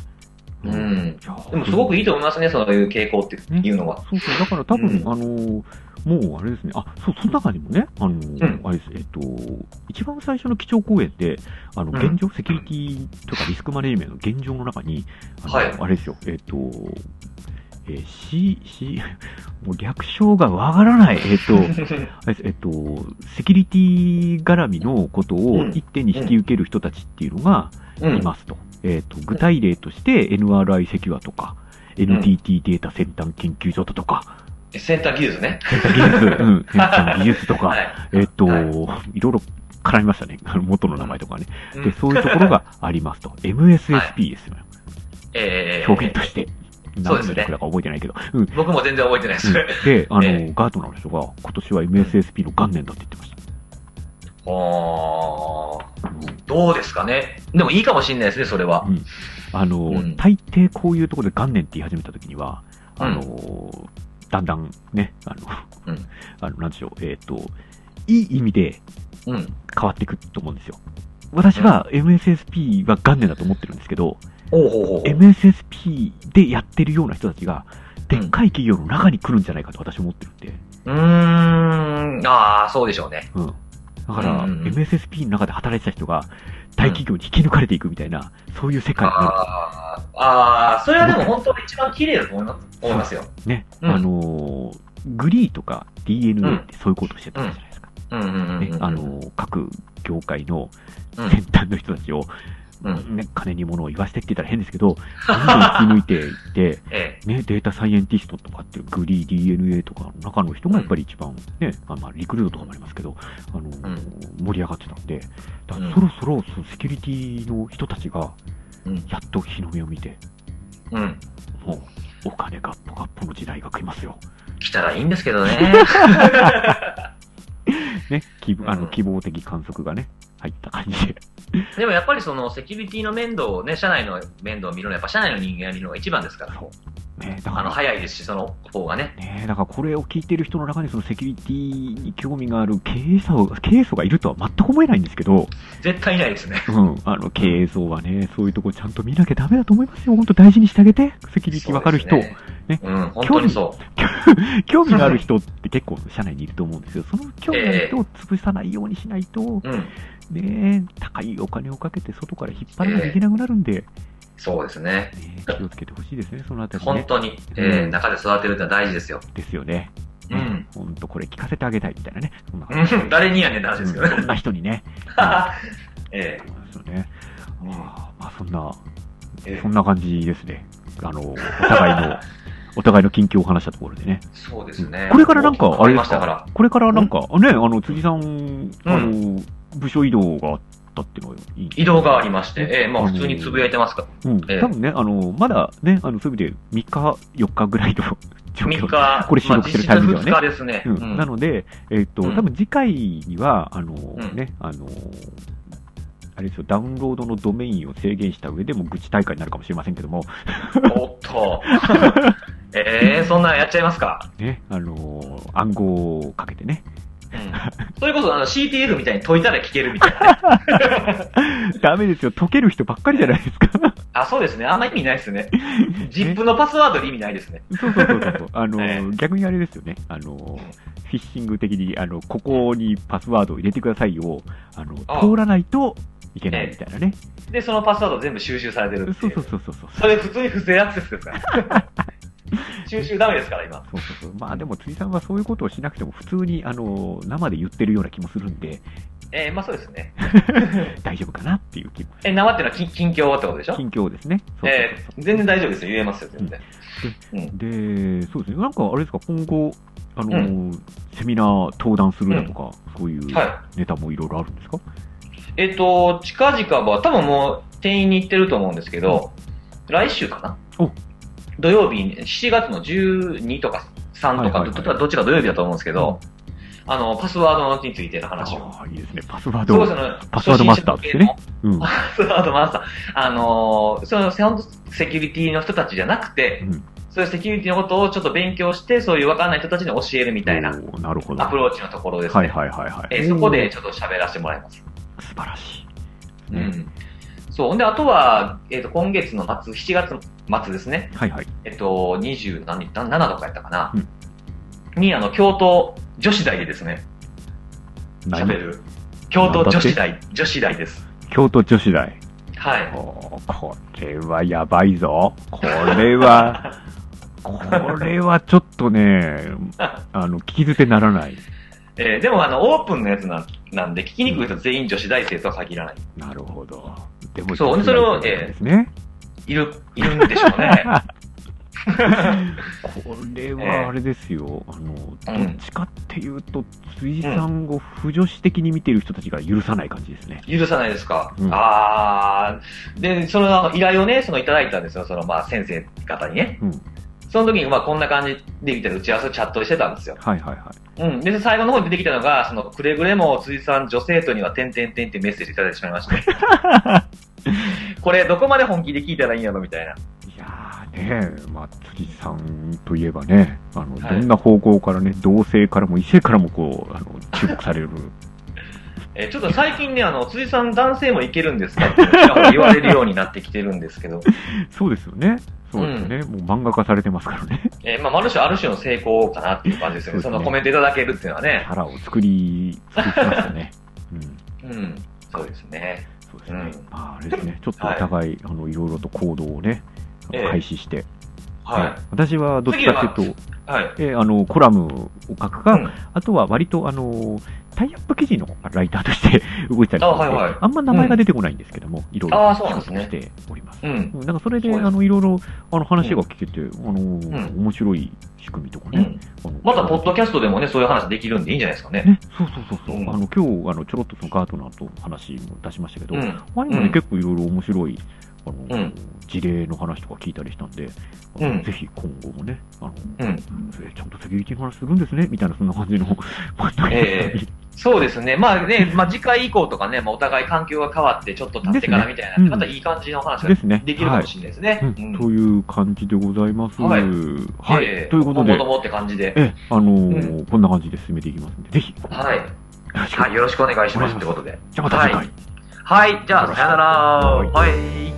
Speaker 2: うん
Speaker 1: いやー
Speaker 2: でもすごくいいと思いますね、そういう傾向っていうのは。
Speaker 1: そうそう、だから多分、
Speaker 2: うん
Speaker 1: あのーもうあれですね、あ、そう、その中にもね、あのー
Speaker 2: う
Speaker 1: あれです、えっと、一番最初の基調講演で、あの、
Speaker 2: うん
Speaker 1: 現状、セキュリティとかリスクマネジメントの現状の中に、あの、
Speaker 2: はい
Speaker 1: あれですよ、えっと、えー、C、C、もう 略称がわからない、えっ と、あれです、えっと、セキュリティ絡みのことを一手に引き受ける人たちっていうのが、
Speaker 2: うん
Speaker 1: いますと。えっ、と、具体例として NRI セキュアとか、NTT データ先端研究所だとか、
Speaker 2: 先端技術ね。
Speaker 1: 先端技術、うん、先端技術と
Speaker 2: は
Speaker 1: か、
Speaker 2: い。
Speaker 1: えっ、と、、
Speaker 2: はい
Speaker 1: ろいろ絡みましたね。 あの元の名前とかね。
Speaker 2: うん
Speaker 1: で、そういうところがあります と。MSSP ですよ。
Speaker 2: えー
Speaker 1: 表現として。
Speaker 2: そうで
Speaker 1: 何
Speaker 2: す
Speaker 1: の
Speaker 2: ね
Speaker 1: 略だか覚えてないけど。うん。うん
Speaker 2: 僕も全然覚えてないです。
Speaker 1: で、あの、
Speaker 2: え
Speaker 1: ガートナーの人が、今年は MSSP の元年だって言ってました。
Speaker 2: あーどうですかね。でもいいかもしれないですね、それは。
Speaker 1: あの、
Speaker 2: うん
Speaker 1: 大抵こういうところで元年って言い始めたときには、あの、だんだんね、あの、
Speaker 2: うん
Speaker 1: あのなんでしょう、えっ、と、いい意味で
Speaker 2: うん。
Speaker 1: 変わっていくと思うんですよ。私は MSSP は元年だと思ってるんですけど、
Speaker 2: おうほうほうほう。
Speaker 1: MSSP でやってるような人たちが、
Speaker 2: う
Speaker 1: で
Speaker 2: ん
Speaker 1: っかい企業の中に来るんじゃないかと私は思ってるんで、
Speaker 2: うーん、ああ、そうでしょうね。
Speaker 1: うん。だから、
Speaker 2: うんうんうん
Speaker 1: MSSP の中で働いてた人が、大企業に引き抜かれていくみたいな、そういう世界になる
Speaker 2: あーあー、それはでも本当に一番綺麗だと思います思いますよ。
Speaker 1: ね、
Speaker 2: うん
Speaker 1: あのーグリーとか DNA ってそういうことをしてたじゃないですか。
Speaker 2: うんうんうん
Speaker 1: ね
Speaker 2: うん。
Speaker 1: あのー各業界の
Speaker 2: うん
Speaker 1: 先端の人たちを、
Speaker 2: うん、
Speaker 1: ね、金に物を言わせてって言ったら変ですけど、 どんどん引き抜いていって、
Speaker 2: え
Speaker 1: ね、データサイエンティストとかっていうグリー DNA とかの中の人がやっぱり一番、ね、あまあ、リクルートとかもありますけど、あのー盛り上がってたんで、だから
Speaker 2: うん
Speaker 1: そろそろそのセキュリティの人たちが
Speaker 2: え。うん。
Speaker 1: やっと日の目を見て、
Speaker 2: うん。
Speaker 1: もうお金がっぽがっぽの時代が来ますよ。
Speaker 2: 来たらいいんですけど ね。
Speaker 1: ね、希望あ
Speaker 2: う
Speaker 1: の
Speaker 2: ん
Speaker 1: 希望的観測がね、入った感じで。
Speaker 2: でもやっぱりそのセキュリティの面倒をね、社内の面倒を見るのは、やっぱ社内の人間が見るのが一番ですから。
Speaker 1: ね、だ
Speaker 2: あの、
Speaker 1: か
Speaker 2: 早いですし、その方がね。
Speaker 1: ら、ね、だからこれを聞いてる人の中にそのセキュリティに興味がある経営者を経営層がいるとは全く思えないんですけど、
Speaker 2: 絶対いないですね。
Speaker 1: うん、あの経営層はね、そういうとこちゃんと見なきゃダメだと思いますよ。本当大事にしてあげて、セキュリティわかる人、
Speaker 2: そうです
Speaker 1: ね
Speaker 2: ね。うん、本当にそ
Speaker 1: 興味のある人って結構社内にいると思うんですよ。その興味のある人を潰さないようにしないと、
Speaker 2: う。うん。
Speaker 1: ね、高いお金をかけて外から引っ張らなきゃいけなくなるんで、
Speaker 2: そうですね。
Speaker 1: ね、気をつけてほしいですね、そのあたり
Speaker 2: 本
Speaker 1: ね。
Speaker 2: 当に、え
Speaker 1: う
Speaker 2: ー、
Speaker 1: ん
Speaker 2: 中で育てるってのは大事ですよ。
Speaker 1: ですよね。
Speaker 2: う
Speaker 1: ね
Speaker 2: ん。
Speaker 1: ほんとこれ聞かせてあげたいみたいなね。そんな感じ
Speaker 2: うん 誰にやねんって話ですけど
Speaker 1: うんそ
Speaker 2: ね。
Speaker 1: んな人に ね。
Speaker 2: え
Speaker 1: そうですよね。
Speaker 2: うん
Speaker 1: あーまあそんな、
Speaker 2: ーえ
Speaker 1: そ
Speaker 2: ー
Speaker 1: んな感じですね。あの、お互い の、お互いの近況を話したところでね。
Speaker 2: そうですね。
Speaker 1: これからなんか
Speaker 2: もう
Speaker 1: あれ
Speaker 2: 変わり
Speaker 1: で
Speaker 2: ますしたか。
Speaker 1: からこれからなんか、ね、あの、辻さん、あの、部署移動があったっていうのはいい。
Speaker 2: 移動がありまして、えー、ま
Speaker 1: う
Speaker 2: あ
Speaker 1: ん
Speaker 2: 普通につぶやいてますか
Speaker 1: うん。
Speaker 2: ええ
Speaker 1: 多分ね、あの、まだね、あの、そういう意味で3日、4日ぐらいの状
Speaker 2: ら。
Speaker 1: 況
Speaker 2: 3日、
Speaker 1: これ収録してるタイミングではね
Speaker 2: まあ、実質2日です
Speaker 1: う
Speaker 2: ね。
Speaker 1: ん
Speaker 2: うん
Speaker 1: なので、えっと、
Speaker 2: うん
Speaker 1: 多分次回には、あの
Speaker 2: ん
Speaker 1: ね、あの、あれですよ、ダウンロードのドメインを制限した上でも愚痴大会になるかもしれませんけども、
Speaker 2: おっと。えー、そんなんやっちゃいますか。
Speaker 1: ね、あのー暗号をかけてね、
Speaker 2: うん。それこそ、あの、CTF みたいに解いたら聞けるみたいなね。
Speaker 1: ダメですよ、解ける人ばっかりじゃないですか。
Speaker 2: あ、そうですね。あんま意味ないですね。ジップのパスワードに意味ないですね。
Speaker 1: そうそうそうそう。あの、
Speaker 2: え
Speaker 1: 逆にあれですよね。あの、フィッシング的に、あの、ここにパスワードを入れてくださいを、あの、
Speaker 2: ああ
Speaker 1: 通らないといけないみたいなね。
Speaker 2: で、そのパスワード全部収集されてるっていう。
Speaker 1: そうそうそうそうそう。
Speaker 2: それ普通に不正アクセスですから。 収集ダメですから、今。
Speaker 1: そうそうそう。まあでも、辻さんはそういうことをしなくても、普通に、あの、生で言ってるような気もするんで、
Speaker 2: えー、まあそうですね。
Speaker 1: 大丈夫かなっていう気も。
Speaker 2: え、生っていうのは近近況ってことでしょ
Speaker 1: 近況ですね。そうそう
Speaker 2: え
Speaker 1: そうそう
Speaker 2: ー、全然大丈夫ですよ。言えますよ、全然。
Speaker 1: で、そうですね。なんか、あれですか、今後、あの、
Speaker 2: う
Speaker 1: セミナー登壇するだとか、そういう
Speaker 2: は
Speaker 1: ネタもいろいろあるんですか、
Speaker 2: い。えっ、と、近々は、多分もう、店員に行ってると思うんですけど、来週かな
Speaker 1: お
Speaker 2: 土曜日に、7月の12とか3
Speaker 1: は
Speaker 2: とか、
Speaker 1: いはいはい
Speaker 2: どっちかどっちか土曜日だと思うんですけど、あの、パスワードについての話を。
Speaker 1: ああ、いいですね。パスワー
Speaker 2: す
Speaker 1: ド
Speaker 2: ごい
Speaker 1: を
Speaker 2: そ。の、
Speaker 1: パスワードマスターですねうん。
Speaker 2: 初心者向けの。パスワードマスター。あのー、その、セセキュリティの人たちじゃなくて、
Speaker 1: うん
Speaker 2: そういうセキュリティのことをちょっと勉強して、そういうわかんない人たちに教えるみたいな
Speaker 1: おーなるほど。
Speaker 2: アプローチのところですね。
Speaker 1: はいはいはいはい。
Speaker 2: えーそこでちょっと喋らせてもらいます。
Speaker 1: おー素晴らしい。
Speaker 2: う
Speaker 1: ね
Speaker 2: ん。そう。ほんで、あとは、えっ、と、今月の末、7月末ですね。
Speaker 1: はいはい。
Speaker 2: えっ、と、27日、7とかやったかな。
Speaker 1: うん
Speaker 2: に、あの、京都女子大でですね、
Speaker 1: 何
Speaker 2: 喋る。京都女子大、女子大です。
Speaker 1: 京都女子大。
Speaker 2: はい。
Speaker 1: おーこれはやばいぞ。これ は、これはちょっとね、あの、聞き捨てならない。
Speaker 2: えーでも、あの、オープンのやつなんなんで、聞きにくい人全員女子大生とは限らない。
Speaker 1: なるほど。でも、
Speaker 2: そうそれを
Speaker 1: ですね。
Speaker 2: いる、いるんでしょ うね。
Speaker 1: これはあれですよ、あの、どっちかっていうと、辻さんを不女子的に見てる人たちが許さない感じですね。
Speaker 2: 許さないですか。
Speaker 1: うん
Speaker 2: ああ。で、そのあの依頼をね、そのいただいたんですよ。そのまあ先生方にね。
Speaker 1: うん
Speaker 2: その時にまあこんな感じでみたいな打ち合わせをチャットしてたんですよ。
Speaker 1: はいはいはい。
Speaker 2: うん。で、最後の方に出てきたのが、そのくれぐれも辻さん女生徒には点々点ってメッセージいただいてしまいました。 これどこまで本気で聞いたらいいんやろみたいな。
Speaker 1: いやーねまあ、辻さんといえばね、あの、
Speaker 2: はい
Speaker 1: どんな方向からね、同性からも異性からもこう、あの、注目される。
Speaker 2: えーちょっと最近ね、あの、辻さん男性もいけるんですかってちらほら言われるようになってきてるんですけど、
Speaker 1: そうですよね。そうですよね。もう漫画化されてますから ね。
Speaker 2: えーまあ、ある種ある種の成功かなっていう感じですよね。
Speaker 1: そ
Speaker 2: そ
Speaker 1: です
Speaker 2: う
Speaker 1: ね
Speaker 2: のコメントいただけるっていうのはね。
Speaker 1: 腹を作り、作りました ね。うん。
Speaker 2: うん。そうですね。
Speaker 1: そうですね。
Speaker 2: うん
Speaker 1: まあ、あれですね。ちょっとお互い、い、あの、いろいろと行動をね、あ
Speaker 2: え
Speaker 1: の
Speaker 2: え
Speaker 1: 開始して。
Speaker 2: は
Speaker 1: 私はどっちかというと、
Speaker 2: い。はい。
Speaker 1: ええあの、コラムを書くか、
Speaker 2: うん
Speaker 1: あとは割と、あの、タイアップ記事のライターとして 動いてたりして
Speaker 2: あはいはい
Speaker 1: あんま名前が出てこないんですけども、いろいろ
Speaker 2: ああ
Speaker 1: 仕
Speaker 2: そうなんで
Speaker 1: 事
Speaker 2: すね
Speaker 1: しております。
Speaker 2: うん。
Speaker 1: うんなんかそれで、
Speaker 2: そうです
Speaker 1: あの、いろいろ、あの、話が聞けて、あの、
Speaker 2: ん
Speaker 1: 面白い仕組みとか
Speaker 2: う
Speaker 1: ね。
Speaker 2: ん。
Speaker 1: あの
Speaker 2: また、ポッドキャストでもね、そういう話できるんでいいんじゃないですかね。
Speaker 1: ね、そうそうそうそう、
Speaker 2: うん
Speaker 1: あの、今日、あの、ちょろっとそのガートナーと話も出しましたけど、
Speaker 2: うん。
Speaker 1: 前にもね、
Speaker 2: うん
Speaker 1: 結構いろいろ面白い、あの、
Speaker 2: うん
Speaker 1: 事例の話とか聞いたりしたんで、あの
Speaker 2: うん
Speaker 1: ぜひ今後もね、あの、
Speaker 2: うん。
Speaker 1: えちゃんとセキュリティの話するんですねみたいな、そんな感じ の、
Speaker 2: えそうですね。まあね、まあ次回以降とかね、まあお互い環境が変わってちょっと経ってからみたいな、
Speaker 1: ですねうん
Speaker 2: またいい感じの話が
Speaker 1: ですね。
Speaker 2: できるかもしれないですね。
Speaker 1: はい、うんという感じでございます。
Speaker 2: はい
Speaker 1: はい
Speaker 2: ええ
Speaker 1: ということで
Speaker 2: 今後、ともって感じで。
Speaker 1: ええあのーこんな感じで進めていきますんで、ぜひ、
Speaker 2: はい。
Speaker 1: よろしく。
Speaker 2: はい。よろしくお願いしますってことで。
Speaker 1: じゃあまた次回。
Speaker 2: はい。じゃあ、さよなら。
Speaker 1: は
Speaker 2: はい。